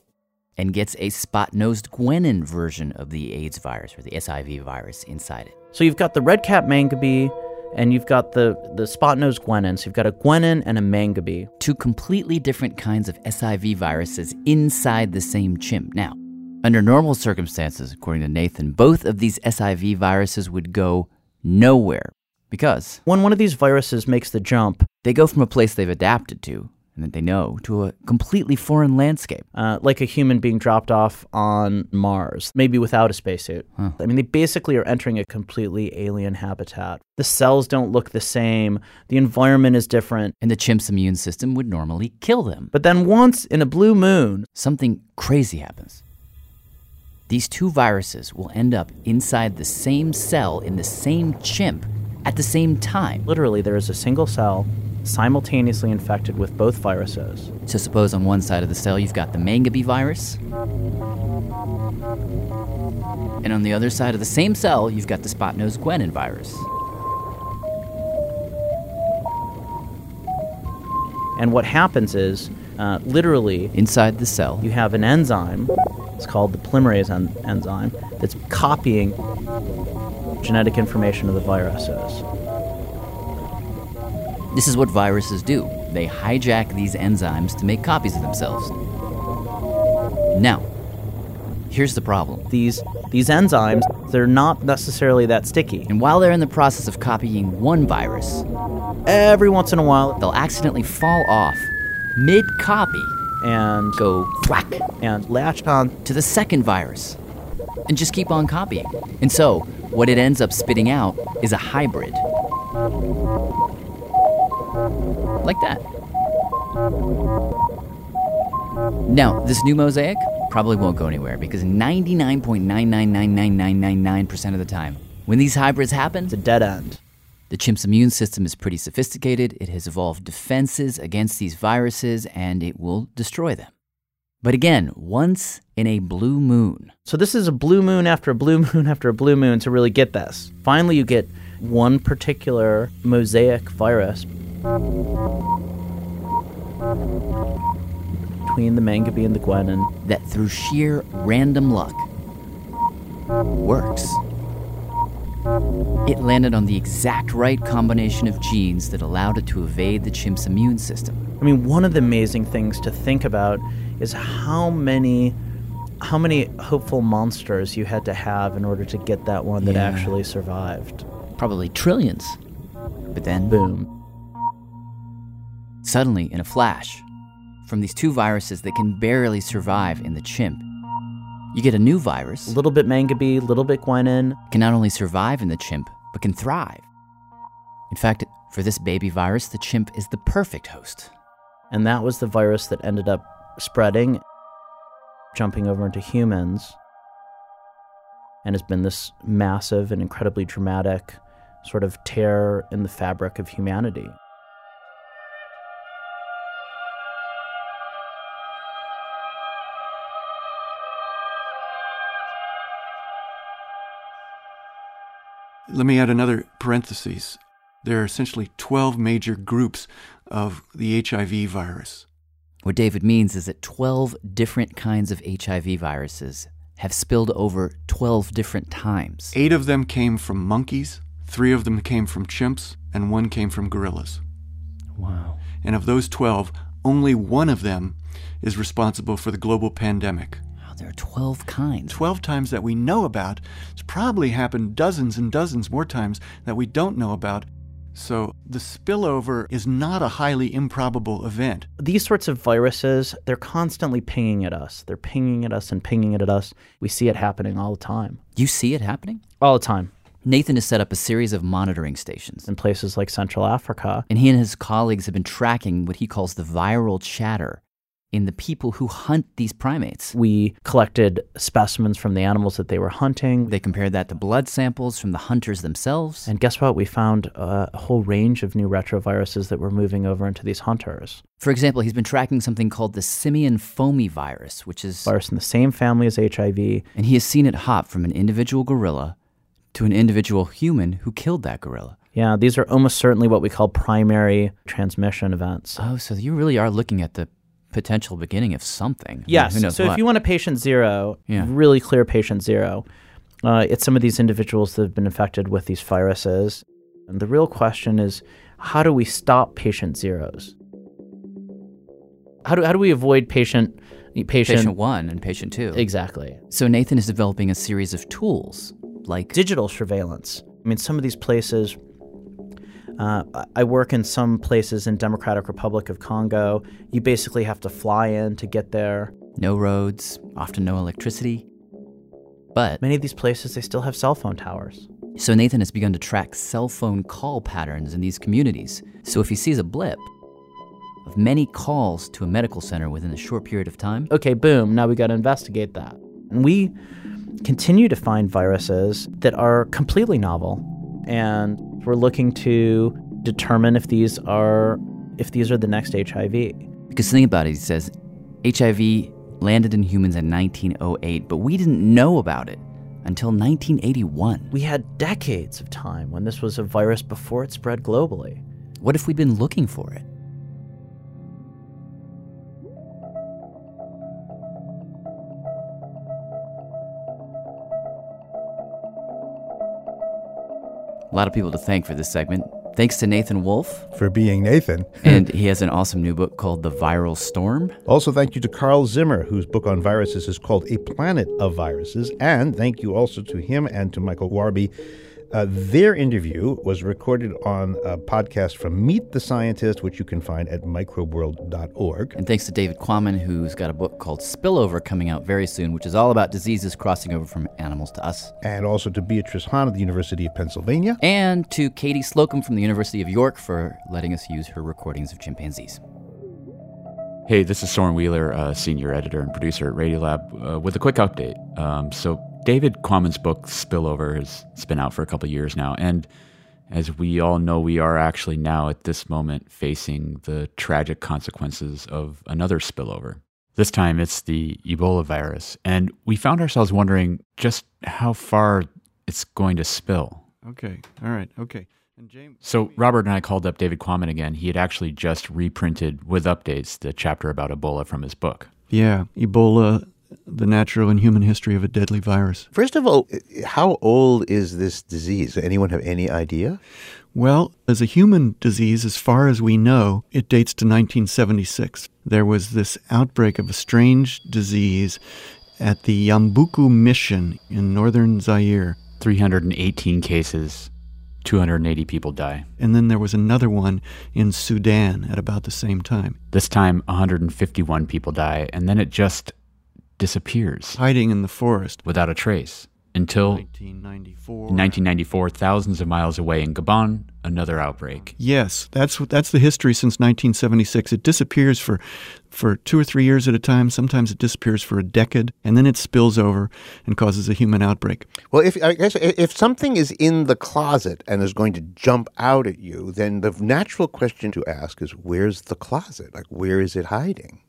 and gets a spot nosed guenon version of the AIDS virus or the SIV virus inside it.
So you've got the red cap mangabey, and you've got the the spot nosed guenon. So you've got a guenon and a mangabey.
Two completely different kinds of SIV viruses inside the same chimp. Now, under normal circumstances, according to Nathan, both of these SIV viruses would go nowhere because
when one of these viruses makes the jump,
they go from a place they've adapted to and that they know to a completely foreign landscape.
Uh, like a human being dropped off on Mars, maybe without a spacesuit. I mean, they basically are entering a completely alien habitat. The cells don't look the same, the environment is different.
And the chimp's immune system would normally kill them.
But then once in a blue moon,
something crazy happens. These two viruses will end up inside the same cell in the same chimp at the same time.
Literally, there is a single cell simultaneously infected with both viruses.
So, suppose on one side of the cell you've got the mangabey virus, and on the other side of the same cell you've got the spot nosed guenon virus.
And what happens is, uh, literally,
inside the cell,
you have an enzyme. It's called the polymerase en- enzyme that's copying genetic information of the viruses.
This is what viruses do they hijack these enzymes to make copies of themselves. Now, here's the problem
these, these enzymes, they're not necessarily that sticky.
And while they're in the process of copying one virus,
every once in a while,
they'll accidentally fall off mid copy
and
go thwack
and latch on
to the second virus. and just keep on copying. And so, what it ends up spitting out is a hybrid. Like that. Now, this new mosaic probably won't go anywhere because 99.9999999% of the time, when these hybrids happen, it's a
dead end.
The chimp's immune system is pretty sophisticated, it has evolved defenses against these viruses, and it will destroy them. But again, once in a blue moon.
So this is a blue moon after a blue *laughs* moon after a blue moon to really get this. Finally, you get one particular mosaic virus between the Mangabe and the Gwenin
that through sheer random luck works. It landed on the exact right combination of genes that allowed it to evade the chimp's immune system.
I mean, one of the amazing things to think about is how many how many hopeful monsters you had to have in order to get that one that
Yeah.
actually survived.
Probably trillions. But then
boom.
Suddenly, in a flash, from these two viruses that can barely survive in the chimp, you get a new virus.
Little bit Mangabe, little bit Guinan.
Can not only survive in the chimp, but can thrive. In fact, for this baby virus, the chimp is the perfect host.
And that was the virus that ended up spreading, jumping over into humans, and has been this massive and incredibly dramatic sort of tear in the fabric of humanity.
Let me add another parenthesis. There are essentially 12 major groups of the HIV virus.
What David means is that 12 different kinds of HIV viruses have spilled over 12 different times.
Eight of them came from monkeys, three of them came from chimps, and one came from gorillas.
Wow.
And of those 12, only one of them is responsible for the global pandemic.
Wow, there are 12 kinds.
12 times that we know about. It's probably happened dozens and dozens more times that we don't know about. So the spillover is not a highly improbable event.
These sorts of viruses, they're constantly pinging at us. They're pinging at us and pinging it at us. We see it happening all the time.
You see it happening?
All the time.
Nathan has set up a series of monitoring stations
in places like Central Africa.
And he and his colleagues have been tracking what he calls the viral chatter in the people who hunt these primates.
We collected specimens from the animals that they were hunting.
They compared that to blood samples from the hunters themselves.
And guess what? We found uh, a whole range of new retroviruses that were moving over into these hunters.
For example, he's been tracking something called the simian foamy virus, which is
Virus in the same family as HIV.
and he has seen it hop from an individual gorilla to an individual human who killed that gorilla.
Yeah, these are almost certainly what we call primary transmission events.
Oh, so you really are looking at the potential beginning of something. I mean,
Yes.
who knows
so
what?
if you want a patient zero,
Yeah.
really clear patient zero, uh, it's some of these individuals that have been infected with these viruses. And the real question is how do we stop patient zeros? How do, how do we avoid patient patient,
patient one and patient two.
Exactly.
So Nathan is developing a series of tools like
digital surveillance. I mean, some of these places. Uh, I- I work in some places in Democratic Republic of Congo. You basically have to fly in to get there.
no roads, often no electricity. But
Many of these places they still have cell phone towers.
So Nathan has begun to track cell phone call patterns in these communities. So if he sees a blip of many calls to a medical center within a short period of time,
Okay, boom. Now we got to investigate that. And we continue to find viruses that are completely novel, and we're looking to determine if these are if these are the next HIV.
because think about it, he says HIV landed in humans in 1908, but we didn't know about it until 1981.
We had decades of time when this was a virus before it spread globally.
What if we'd been looking for it? A lot of people to thank for this segment. Thanks to Nathan Wolf,
for being Nathan. *laughs*
and he has an awesome new book called The Viral Storm.
Also, thank you to Carl Zimmer, whose book on viruses is called A Planet of Viruses. And thank you also to him and to Michael Warby
Uh, their interview was recorded on a podcast from Meet the Scientist, which you can find at microbeworld.org.
And thanks to David Quammen, who's got a book called Spillover coming out very soon, which is all about diseases crossing over from animals to us.
And also to Beatrice Hahn of the University of Pennsylvania.
And to Katie Slocum from the University of York for letting us use her recordings of chimpanzees.
Hey, this is Soren Wheeler, uh, senior editor and producer at Radiolab, uh, with a quick update. Um, so, David Quammen's book Spillover has been out for a couple years now, and as we all know, we are actually now at this moment facing the tragic consequences of another spillover. This time, it's the Ebola virus, and we found ourselves wondering just how far it's going to spill.
Okay. All right. Okay. And James.
So Robert and I called up David Quammen again. He had actually just reprinted with updates the chapter about Ebola from his book.
Yeah, Ebola, the natural and human history of a deadly virus.
First of all, how old is this disease? Anyone have any idea?
Well, as a human disease, as far as we know, it dates to 1976. There was this outbreak of a strange disease at the Yambuku Mission in northern Zaire.
318 cases, 280 people die.
And then there was another one in Sudan at about the same time.
This time, 151 people die, and then it just disappears.
Hiding in the forest.
Without a trace. Until
1994.
in 1994, thousands of miles away in Gabon, another outbreak.
Yes, that's what- that's the history since 1976. It disappears for for 2 or 3 years at a time, sometimes it disappears for a decade, and then it spills over and causes a human outbreak.
Well, if I guess i- if something is in the closet and is going to jump out at you, then the natural question to ask is, "Where's the closet? Like, where is it hiding?"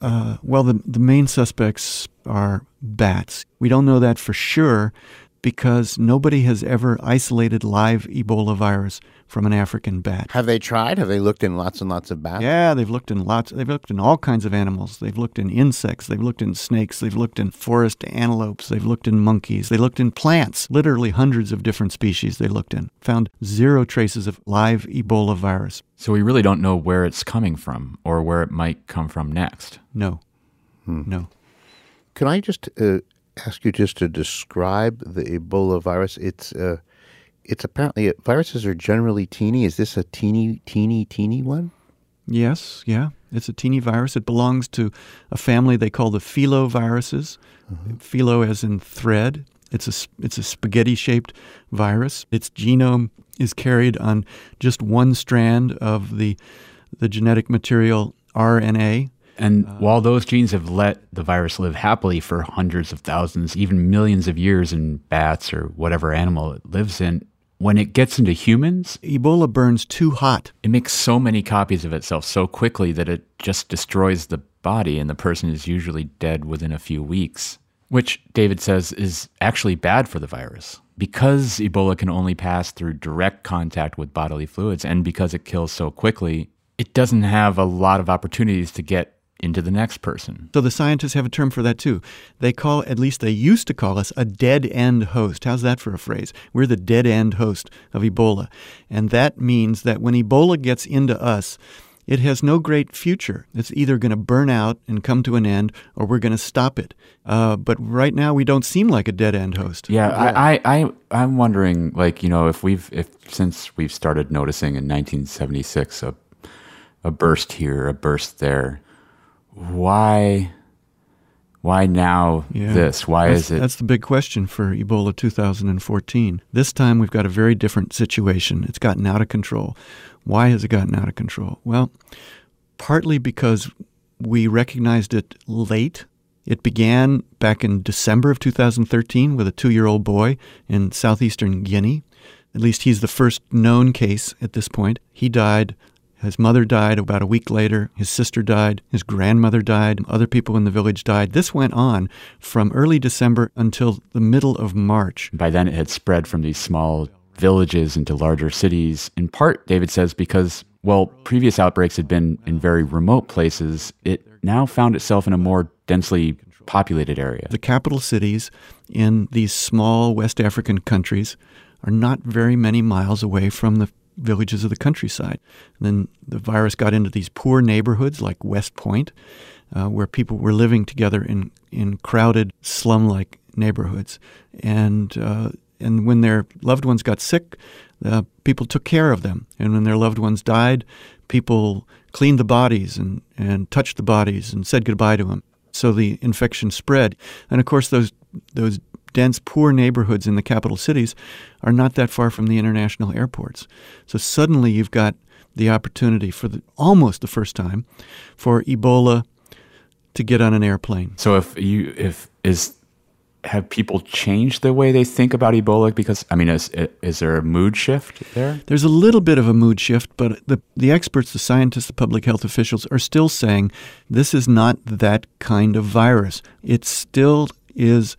Uh, well, the, the main suspects are bats. We don't know that for sure because nobody has ever isolated live Ebola virus from an African bat.
Have they tried? Have they looked in lots and lots of bats?
Yeah, they've looked in lots. They've looked in all kinds of animals. They've looked in insects. They've looked in snakes. They've looked in forest antelopes. They've looked in monkeys. They looked in plants. Literally hundreds of different species they looked in. Found zero traces of live Ebola virus.
So we really don't know where it's coming from or where it might come from next.
No. No.
Can I just uh, ask you just to describe the Ebola virus? It's uh, it's apparently uh, viruses are generally teeny. Is this a teeny, teeny, teeny one?
Yes, yeah. It's a teeny virus. It belongs to a family they call the filoviruses. Philo as in thread. It's a s- it's a spaghetti-shaped virus. Its genome is carried on just one strand of the the genetic material RNA.
And while those genes have let the virus live happily for hundreds of thousands, even millions of years in bats or whatever animal it lives in, when it gets into humans,
Ebola burns too hot.
It makes so many copies of itself so quickly that it just destroys the body, and the person is usually dead within a few weeks, which David says is actually bad for the virus. Because Ebola can only pass through direct contact with bodily fluids, and because it kills so quickly, it doesn't have a lot of opportunities to get into the next person.
So the scientists have a term for that too. They call, at least they used to call us, a dead end host. How's that for a phrase? We're the dead end host of Ebola. And that means that when Ebola gets into us, it has no great future. It's either going to burn out and come to an end, or we're going to stop it. Uh, but right now, we don't seem like a dead end host.
Yeah, I, I, I, I'm wondering, like, you know, if we've, if since we've started noticing in 1976 a, a burst here, a burst there, why, why now
Yeah.
this? Why
that's,
is it?
That's the big question for Ebola 2014. This time we've got a very different situation. It's gotten out of control. Why has it gotten out of control? Well, partly because we recognized it late. It began back in December of 2013 with a two year old boy in southeastern Guinea. At least he's the first known case at this point. He died his mother died about a week later. His sister died. His grandmother died. Other people in the village died. This went on from early December until the middle of March.
By then, it had spread from these small villages into larger cities. In part, David says, because while previous outbreaks had been in very remote places, it now found itself in a more densely populated area.
The capital cities in these small West African countries are not very many miles away from the villages of the countryside. And then the virus got into these poor neighborhoods like West Point, uh, where people were living together in, in crowded slum like neighborhoods. And uh, And when their loved ones got sick, uh, people took care of them. And when their loved ones died, people cleaned the bodies and, and touched the bodies and said goodbye to them. So the infection spread. And of course, those, those dense, poor neighborhoods in the capital cities are not that far from the international airports. So suddenly you've got the opportunity for the, almost the first time for Ebola to get on an airplane.
So if you if is have people changed the way they think about Ebola because I mean is is there a mood shift there?
There's a little bit of a mood shift, but the the experts, the scientists, the public health officials are still saying this is not that kind of virus. It still is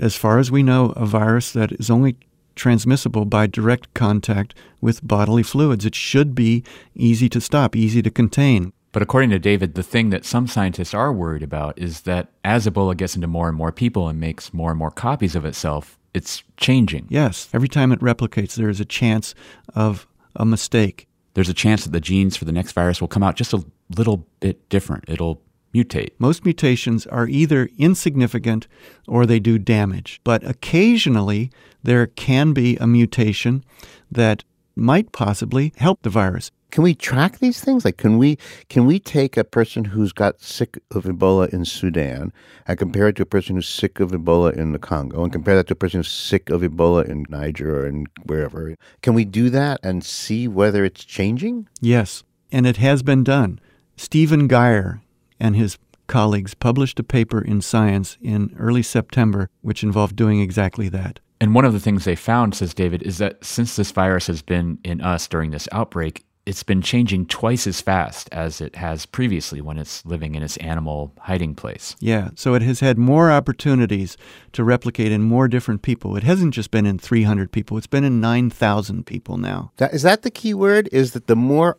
as far as we know a virus that is only transmissible by direct contact with bodily fluids. It should be easy to stop, easy to contain.
But according to David, the thing that some scientists are worried about is that as Ebola gets into more and more people and makes more and more copies of itself, it's changing.
Yes. Every time it replicates, there is a chance of a mistake.
There's a chance that the genes for the next virus will come out just a little bit different. It'll mutate.
Most mutations are either insignificant or they do damage. But occasionally, there can be a mutation that might possibly help the virus
can we track these things like can we can we take a person who's got sick of ebola in sudan and compare it to a person who's sick of ebola in the congo and compare that to a person who's sick of ebola in niger or in wherever can we do that and see whether it's changing
yes and it has been done stephen geyer and his colleagues published a paper in science in early september which involved doing exactly that
and one of the things they found, says David, is that since this virus has been in us during this outbreak, it's been changing twice as fast as it has previously when it's living in its animal hiding place.
Yeah, so it has had more opportunities to replicate in more different people. It hasn't just been in 300 people, it's been in 9,000 people now.
That, is that the key word? Is that the more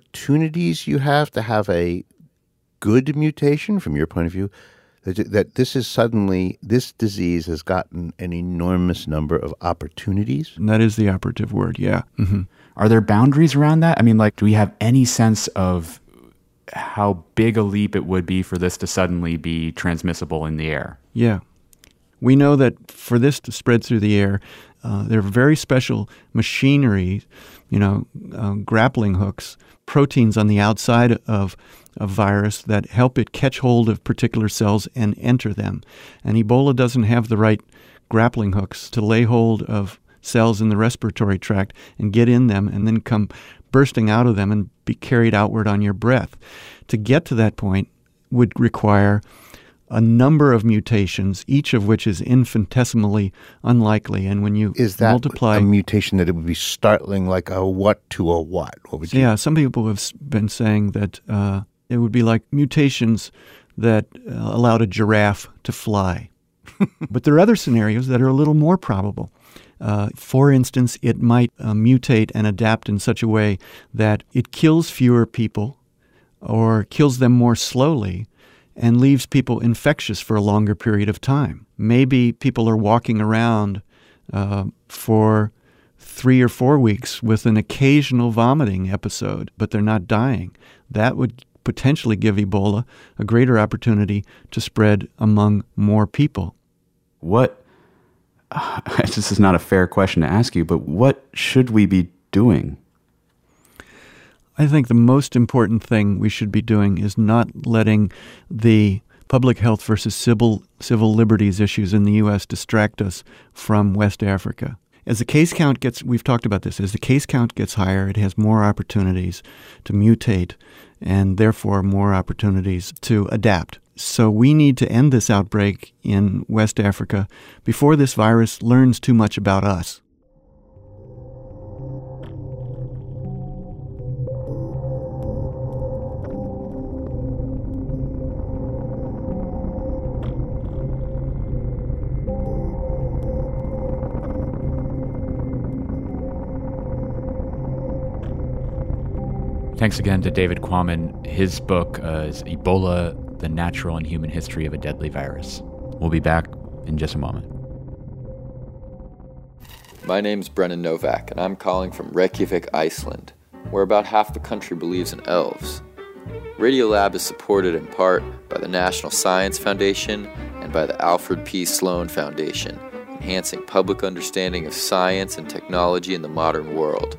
opportunities you have to have a good mutation from your point of view? That, that this is suddenly, this disease has gotten an enormous number of opportunities.
And that is the operative word, yeah.
Mm-hmm. *clears throat* Are there boundaries around that? I mean, like, do we have any sense of how big a leap it would be for this to suddenly be transmissible in the air?
Yeah. We know that for this to spread through the air, uh, there are very special machinery, you know, uh, grappling hooks, proteins on the outside of a virus that help it catch hold of particular cells and enter them. And Ebola doesn't have the right grappling hooks to lay hold of cells in the respiratory tract and get in them and then come bursting out of them and be carried outward on your breath. To get to that point would require a number of mutations, each of which is infinitesimally unlikely. And when you
is that
multiply
a mutation that it would be startling, like a what to a what? What would you?
Yeah, some people have been saying that uh, it would be like mutations that uh, allowed a giraffe to fly. but there are other scenarios that are a little more probable. Uh, for instance, it might uh, mutate and adapt in such a way that it kills fewer people or kills them more slowly and leaves people infectious for a longer period of time. Maybe people are walking around uh, for three or four weeks with an occasional vomiting episode, but they're not dying. That would potentially give Ebola a greater opportunity to spread among more people.
What *sighs* uh, this is not a fair question to ask you, but what should we be doing?
I think the most important thing we should be doing is not letting the public health versus civil civil liberties issues in the US distract us from West Africa. As the case count gets we've talked about this, as the case count gets higher, it has more opportunities to mutate and therefore more opportunities to adapt. So we need to end this outbreak in West Africa before this virus learns too much about us.
Thanks again to David Quammen. His book uh, is Ebola the natural and human history of a deadly virus. We'll be back in just a moment.
My name's Brennan Novak, and I'm calling from Reykjavik, Iceland, where about half the country believes in elves. Radiolab is supported in part by the National Science Foundation and by the Alfred P. Sloan Foundation, enhancing public understanding of science and technology in the modern world.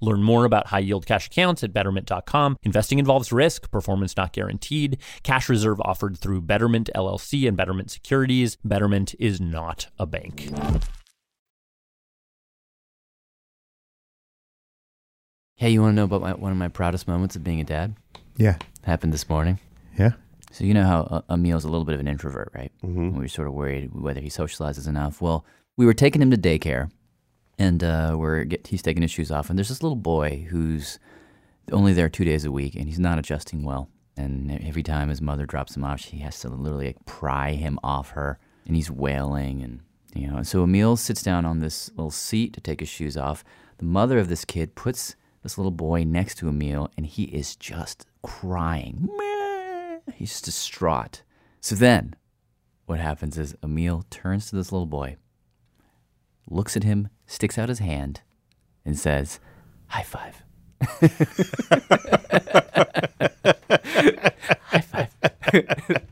Learn more about high yield cash accounts at betterment.com. Investing involves risk, performance not guaranteed. Cash reserve offered through Betterment LLC and Betterment Securities. Betterment is not a bank.
Hey, you want to know about my, one of my proudest moments of being a dad?
Yeah.
Happened this morning.
Yeah.
So, you know how uh, Emil's a little bit of an introvert, right? Mm-hmm. We were sort of worried whether he socializes enough. Well, we were taking him to daycare and uh, we're get, he's taking his shoes off, and there's this little boy who's only there two days a week, and he's not adjusting well. And every time his mother drops him off, she has to literally like pry him off her, and he's wailing, and you know. And so Emil sits down on this little seat to take his shoes off. The mother of this kid puts this little boy next to Emil, and he is just crying. He's just distraught. So then, what happens is Emil turns to this little boy, looks at him, sticks out his hand, and says, High five. *laughs* High five.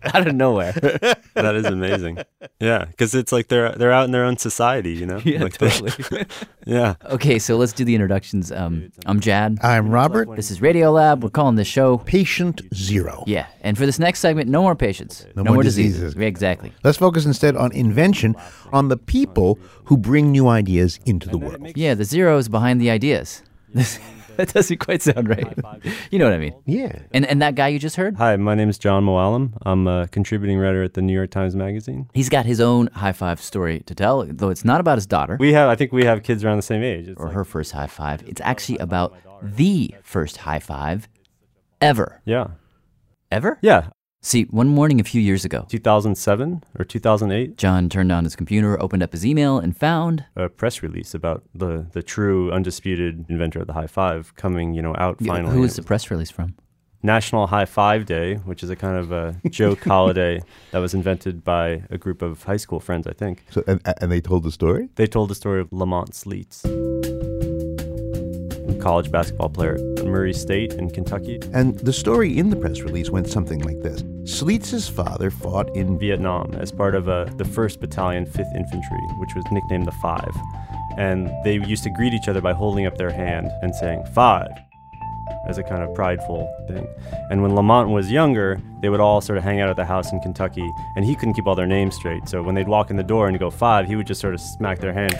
*laughs* out of nowhere.
*laughs* That is amazing. Yeah, because it's like they're they're out in their own society, you know.
*laughs* Yeah,
like
totally.
*laughs*
*laughs*
yeah.
Okay, so let's do the introductions. Um, I'm Jad.
I'm Robert.
This is Radio Lab. We're calling the show
Patient Zero.
Yeah, and for this next segment, no more patients,
No more diseases.
Yeah, Exactly.
Let's focus instead on invention, on the people who bring new ideas into the world.
Yeah, the zero is behind the ideas. *laughs* that doesn't quite sound right. you know what I mean?
Yeah.
And and that guy you just heard,
Hi, my name is John Moallem. I'm a contributing writer at the New York Times Magazine.
he's got his own high five story to tell, though it's not about his daughter.
We have, I think, we have kids around the same age. It's
or her first high five. It's actually about the first high five ever.
Yeah.
Ever?
Yeah.
See, one morning a few years ago,
2007 or 2008,
John turned on his computer, opened up his email, and found
a press release about the the true undisputed inventor of the high five coming, you know, out
Yeah,
finally.
who was the press release from?
National High Five Day, which is a kind of a joke holiday that was invented by a group of high school friends, I think.
So, and, and they told the story?
They told the story of Lamont Sleets, a college basketball player at Murray State in Kentucky.
And the story in the press release went something like this Sleets' father fought in
Vietnam as part of uh, the 1st Battalion, 5th Infantry, which was nicknamed the Five. And they used to greet each other by holding up their hand and saying, Five, as a kind of prideful thing. And when Lamont was younger, they would all sort of hang out at the house in Kentucky, and he couldn't keep all their names straight. So when they'd walk in the door and go five, he would just sort of smack their hand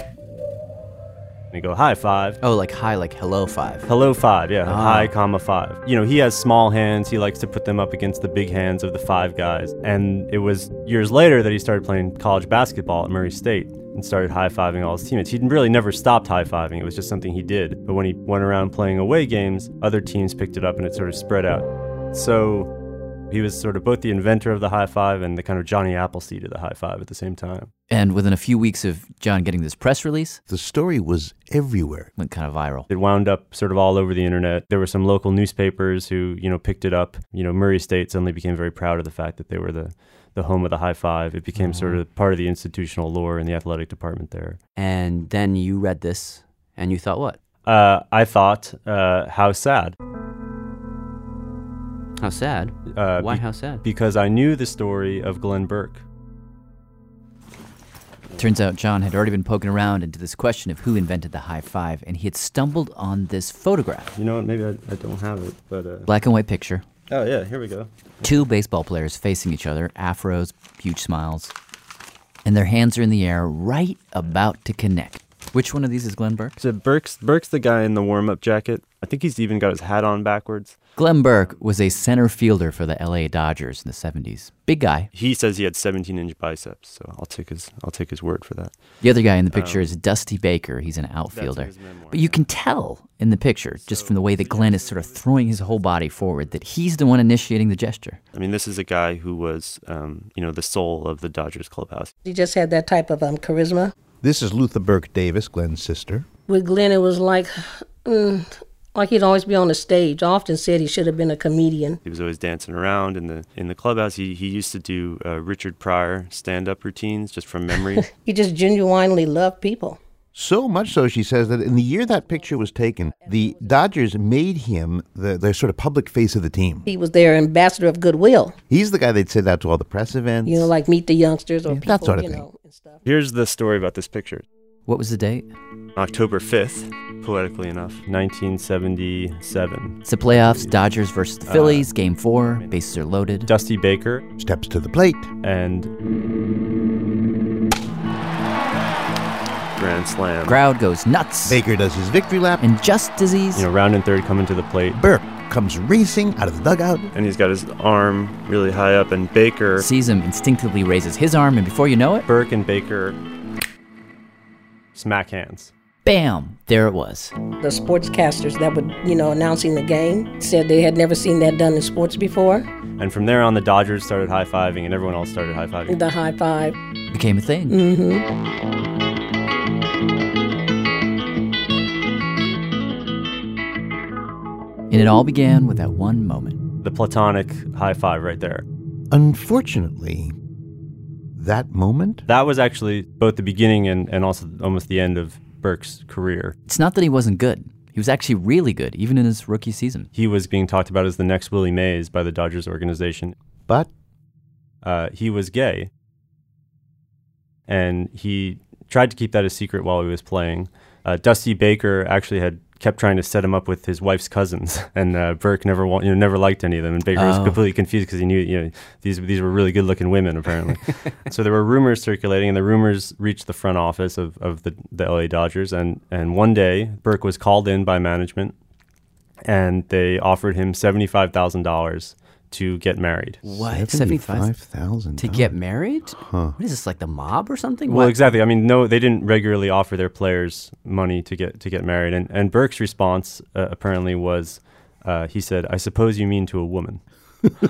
and he'd go, High five.
Oh, like high, like hello five.
Hello five, yeah.
Ah.
High comma five. You know, he has small hands. He likes to put them up against the big hands of the five guys. And it was years later that he started playing college basketball at Murray State and started high fiving all his teammates. He'd really never stopped high fiving, it was just something he did. But when he went around playing away games, other teams picked it up and it sort of spread out. So he was sort of both the inventor of the high five and the kind of Johnny Appleseed of the high five at the same time.
And within a few weeks of John getting this press release,
the story was everywhere.
Went kind of viral.
It wound up sort of all over the internet. There were some local newspapers who, you know, picked it up. You know, Murray State suddenly became very proud of the fact that they were the, the home of the high five. It became sort
Mm-hmm.
of part of the institutional lore in the athletic department there.
And then you read this and you thought what?
Uh, I thought, uh, how sad.
How sad?
Uh,
Why how sad?
Because I knew the story of Glenn Burke.
Turns out John had already been poking around into this question of who invented the high five, and he had stumbled on this photograph.
You know what? Maybe I, I don't have it, but. Uh,
Black and white picture.
Oh, yeah, here we go.
Two baseball players facing each other, afros, huge smiles, and their hands are in the air, right about to connect. Which one of these is Glenn Burke?
So Burke's Burke's the guy in the warm-up jacket. I think he's even got his hat on backwards.
Glenn Burke was a center fielder for the LA Dodgers in the 70s. Big guy.
He says he had 17 inch biceps, so I'll take his I'll take his word for that. Um,
The other guy in the picture
Oh.
is Dusty Baker. He's an outfielder. but you can tell in the picture, just from the way that Glenn is sort of throwing his whole body forward, that he's the one initiating the gesture.
I mean, this is a guy who was, um, you know, the soul of the Dodgers clubhouse.
He just had that type of um, charisma.
This is Luther Burke Davis, Glenn's sister.
With Glenn, it was like, mm, like he'd always be on the stage. I often said he should have been a comedian.
He was always dancing around in the in the clubhouse. He he used to do uh, Richard Pryor stand up routines just
*laughs*
from memory.
*laughs* He just genuinely loved people.
So much so, she says that in the year that picture was taken, the Dodgers made him the, the sort of public face of the team.
He was their ambassador of goodwill.
He's the guy they'd send out to all the press events.
You know, like meet the youngsters or
that
people,
sort of
you
thing.
know.
Here's the story about this picture.
What was the date?
October 5th, poetically enough, 1977.
It's the playoffs, Dodgers versus the
Uh,
Phillies, game four, bases are loaded.
Dusty Baker
steps to the plate
and grand slam.
Crowd goes nuts.
Baker does his victory lap.
And just as he's
You know, round and third coming to the plate.
Burke comes racing out of the dugout.
And he's got his arm really high up, and Baker
sees him, instinctively raises his arm, and before you know it,
Burke and Baker smack hands.
Bam! There it was.
The sportscasters that were, you know, announcing the game said they had never seen that done in sports before.
And from there on, the Dodgers started high fiving, and everyone else started high fiving.
The high five.
Became a thing.
Mm-hmm.
And it all began with that one moment.
The platonic high five right there.
Unfortunately, that moment
That was actually both the beginning and, and also almost the end of Burke's career.
It's not that he wasn't good. He was actually really good, even in his rookie season.
He was being talked about as the next Willie Mays by the Dodgers organization.
But?
Uh, he was gay. And he tried to keep that a secret while he was playing. Uh, Dusty Baker actually had kept trying to set him up with his wife's cousins, *laughs* and uh, Burke never wa- you know, never liked any of them. And Baker was
Oh.
completely confused because he knew you know these these were really good looking
*laughs*
women apparently. so there were rumors circulating, and the rumors reached the front office of, of the, the LA Dodgers. And and one day Burke was called in by management, and they offered him seventy five thousand dollars to get married.
What?
thousand
to get married?
Huh.
What is this like the mob or something?
Well,
What?
exactly. I mean, no, they didn't regularly offer their players money to get to get married. And and Burke's response uh, apparently was, uh, he said, "I suppose you mean to a woman."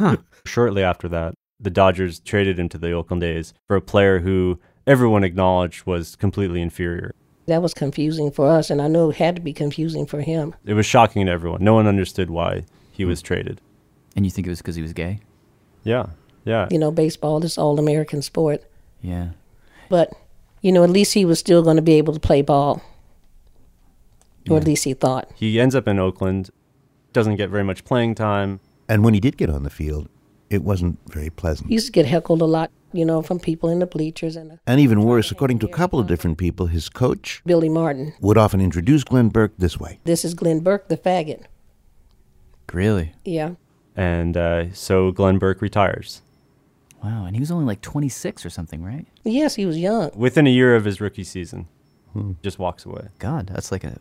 *laughs* Shortly after that, the Dodgers traded him to the Oakland A's for a player who everyone acknowledged was completely inferior.
That was confusing for us, and I know it had to be confusing for him.
It was shocking to everyone. No one understood why he was traded.
Hmm. And you think it was because he was gay?
Yeah, yeah.
You know, baseball is all American sport,
Yeah.
but you know, at least he was still going to be able to play ball, or at least he thought.
He ends up in Oakland, doesn't get very much playing time.
And when he did get on the field, it wasn't very pleasant.
He used to get heckled a lot, you know, from people in the bleachers and uh,
And even worse, according to a couple of different people, his coach
Billy Martin.
would often introduce Glenn Burke this way.
This is Glenn Burke, the faggot.
Really?
Yeah.
And uh, so Glenn Burke retires.
Wow. And he was only like 26 or something, right?
Yes, he was young.
within a year of his rookie season, just walks away.
Hmm.
Hmm.
God, that's like a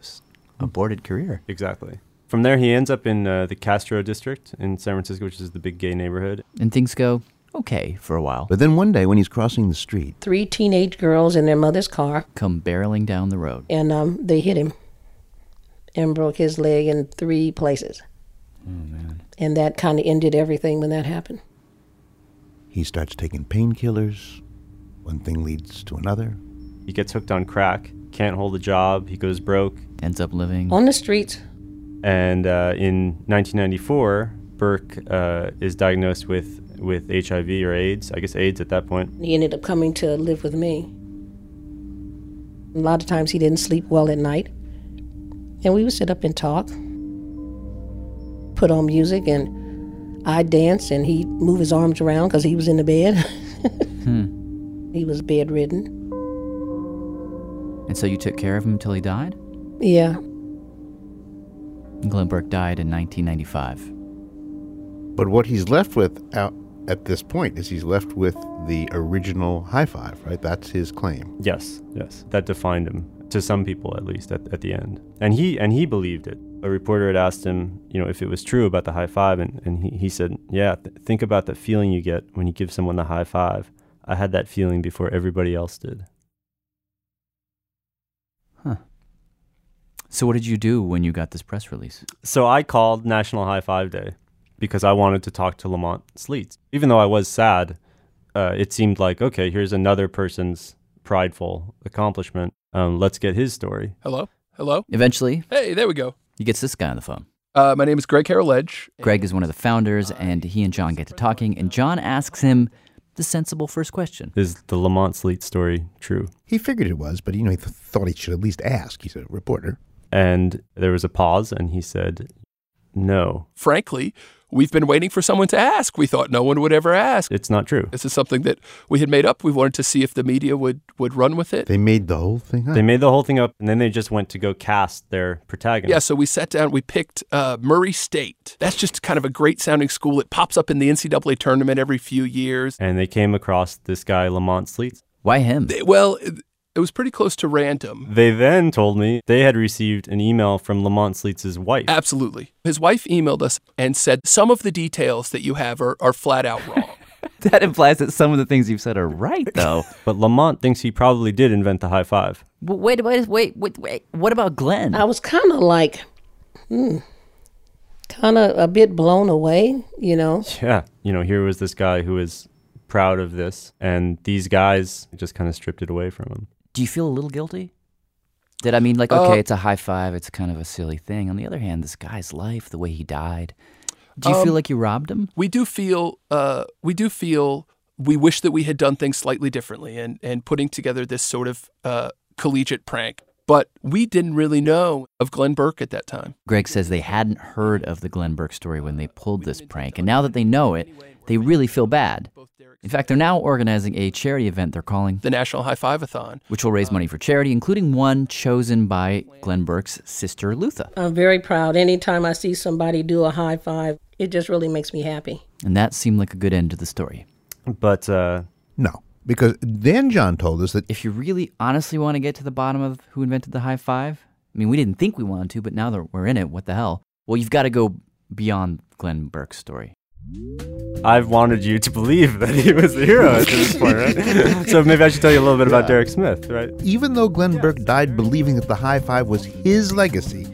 aborted career.
Exactly. From there, he ends up in uh, the Castro district in San Francisco, which is the big gay neighborhood.
And things go okay for a while.
But then one day when he's crossing the street,
Three teenage girls in their mother's car,
Come barreling down the road.
and um, they hit him and broke his leg in three places. And that kind of ended everything when that happened.
he starts taking painkillers. One thing leads to another.
He gets hooked on crack, can't hold a job, he goes broke.
Ends up living.
On the streets,
And uh, in 1994, Burke uh, is diagnosed with, with HIV or AIDS, I guess AIDS at that point.
he ended up coming to live with me. A lot of times he didn't sleep well at night. And we would sit up and talk, put on music, and I'd dance, and he'd move his arms around because he was in the bed. *laughs*
Hmm.
He was bedridden.
And so you took care of him until he died?
Yeah.
Glenn Burke died in 1995.
But what he's left with out
at this point is he's left with the original high five, right? That's his claim.
Yes, yes. That defined him to some people at least at, at the end. And he and he believed it. A reporter had asked him, you know, if it was true about the high five and, and he, he said, "Yeah, th- think about the feeling you get when you give someone the high five. I had that feeling before everybody else did."
So what did you do when you got this press release?
So I called National High Five Day because I wanted to talk to Lamont Sleets. Even though I was sad, uh, it seemed like, okay, here's another person's prideful accomplishment. Um, let's get his story.
Hello? Hello?
Eventually,
Hey, there we go.
he gets this guy on the phone.
Uh, my name is Greg Carroll Edge.
Greg is one of the founders, and he and John get to talking, and John asks him the sensible first question.
Is the Lamont Sleet story true?
He figured it was, but you know, he th- thought he should at least ask. He's a reporter.
And there was a pause, and he said, no,
Frankly, we've been waiting for someone to ask. We thought no one would ever ask.
it's not true.
This is something that we had made up. We wanted to see if the media would, would run with it.
They made the whole thing up.
They made the whole thing up, and then they just went to go cast their protagonist.
Yeah, so we sat down, we picked uh, Murray State. That's just kind of a great sounding school. It pops up in the NCAA tournament every few years.
And they came across this guy, Lamont Sleets.
Why him?
They- well, it, it was pretty close to random.
They then told me they had received an email from Lamont Sleets' wife.
Absolutely. His wife emailed us and said, Some of the details that you have are, are flat out wrong.
*laughs* That implies that some of the things you've said are
*laughs*
right, though.
but Lamont thinks he probably did invent the high five.
But wait, wait, wait, wait, wait. What about Glenn?
I was kind of like, hmm, kind of a bit blown away, you know.
Yeah. You know, here was this guy who was proud of this, and these guys just kind of stripped it away from him.
Do you feel a little guilty? Did I mean like okay,
Uh,
it's a high five, it's kind of a silly thing. On the other hand, this guy's life, the way he died. Do you feel
Um,
like you robbed him?
We do feel uh, we do feel we wish that we had done things slightly differently and and putting together this sort of uh, collegiate prank. But we didn't really know of Glenn Burke at that time.
Greg says they hadn't heard of the Glenn Burke story when they pulled this prank, and now that they know it, they really feel bad. In fact, they're now organizing a charity event they're calling,
The National High Five-a-thon.
which will raise money for charity, including one chosen by Glenn Burke's sister Lutha.
I'm very proud. Anytime I see somebody do a high five, it just really makes me happy.
And that seemed like a good end to the story.
But uh
No, because then John told us that
if you really honestly want to get to the bottom of who invented the high five, I mean, we didn't think we wanted to, but now that we're in it, what the hell? Well, you've got to go beyond Glenn Burke's story.
I've wanted you to believe that *laughs* he was the hero at this point,
*laughs*
right? so maybe I should tell you a little bit about Derek Smith, right?
even though Glenn Burke died believing that the high five was his legacy,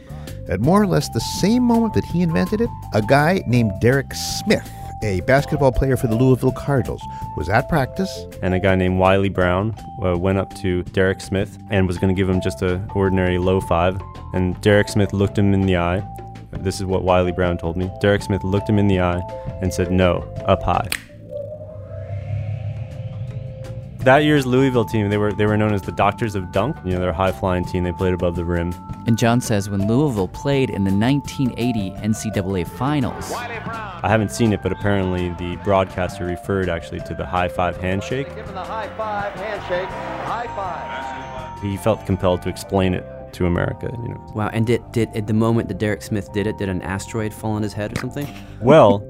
at more or less the same moment that he invented it, a guy named Derek Smith, a basketball player for the Louisville Cardinals, was at practice
And a guy named Wiley Brown uh, went up to Derek Smith and was going to give him just a ordinary low five. And Derek Smith looked him in the eye. This is what Wiley Brown told me. Derek Smith looked him in the eye and said, "No, up high." That year's Louisville team, they were they were known as the Doctors of Dunk. You know, they're a high flying team. They played above the rim.
And John says when Louisville played in the 1980 NCAA Finals,
I haven't seen it, but apparently the broadcaster referred actually to the high five handshake.
Give him the high five handshake. High five.
He felt compelled to explain it to America. You know.
Wow, and did, did at the moment that Derek Smith did it, did an asteroid fall on his head or something?
Well,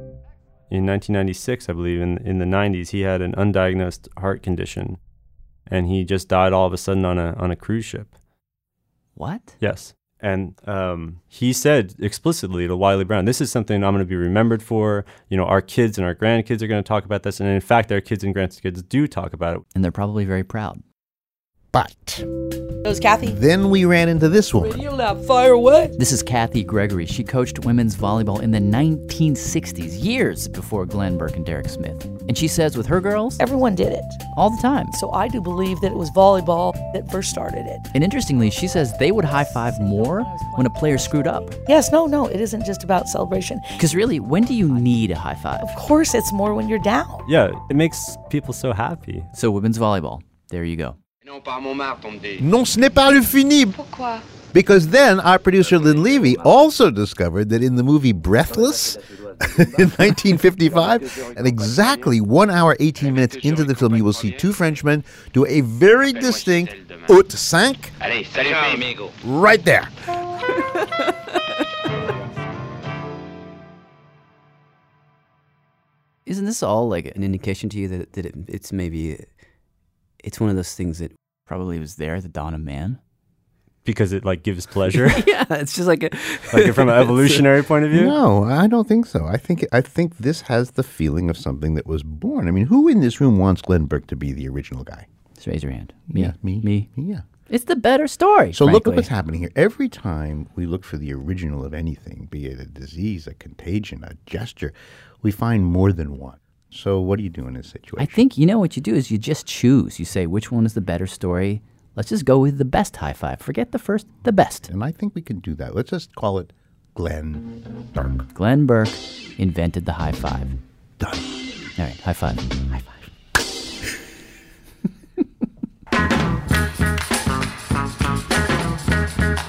in 1996, I believe, in, in the 90s, he had an undiagnosed heart condition, and he just died all of a sudden on a on a cruise ship.
What?
Yes. And um, he said explicitly to Wiley Brown, "This is something I'm going to be remembered for. You know, our kids and our grandkids are going to talk about this, and in fact, our kids and grandkids do talk about it,
and they're probably very proud."
But
It was Kathy.
then we ran into this woman.
You that fire what?
This is Kathy Gregory. She coached women's volleyball in the 1960s, years before Glenn Burke and Derek Smith. And she says with her girls,
everyone did it
all the time.
So I do believe that it was volleyball that first started it.
And interestingly, she says they would high five more when a player screwed up.
Yes, no, no, it isn't just about celebration.
Because really, when do you need a high five?
Of course, it's more when you're down.
Yeah, it makes people so happy.
So, women's volleyball. There you go.
Non, ce n'est pas le fini.
Pourquoi
Because then our producer Lynn Levy also discovered that in the movie Breathless *laughs* in 1955, and exactly one hour, 18 minutes into the film, you will see two Frenchmen do a very distinct haute cinq
Allez, salut mes amigos.
right there.
Isn't this all like an indication to you that, that it, it's maybe it's one of those things that probably was there at the dawn of man?
because it
*laughs*
like gives pleasure.
yeah, *laughs* it's just like a,
*laughs*
Like from an evolutionary point of view?
No, I don't think so. I think I think this has the feeling of something that was born. I mean, who in this room wants Glenn Burke to be the original guy?
Just raise your hand.
Me, yeah, me,
me,
yeah.
It's the better story.
So look at
frankly.
what's happening here. Every time we look for the original of anything, be it a disease, a contagion, a gesture, we find more than one. So what do you do in this situation?
I think you know what you do is you just choose. You say which one is the better story. Let's just go with the best high five. Forget the first, the best.
And I think we can do that. Let's just call it Glenn Burke.
Glenn Burke invented the high five. Done. All right, high five. High five.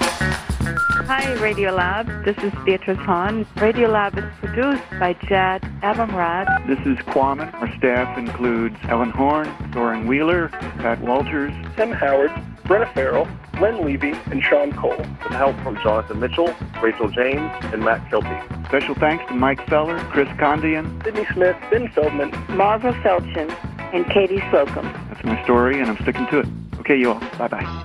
Hi, Radiolab. This is Beatrice Hahn. Radiolab is produced by Jad Abumrad.
This is Quammen. Our staff includes Ellen Horn, Doran Wheeler, Pat Walters,
Tim Howard, Brenna Farrell, Glenn Levy, and Sean Cole, with help from Jonathan Mitchell, Rachel James, and Matt Kilty.
Special thanks to Mike Feller, Chris Condian.
Sydney Smith, Ben Feldman,
Marva Felchin and Katie Slocum.
That's my story, and I'm sticking to it. Okay, you all. Bye bye.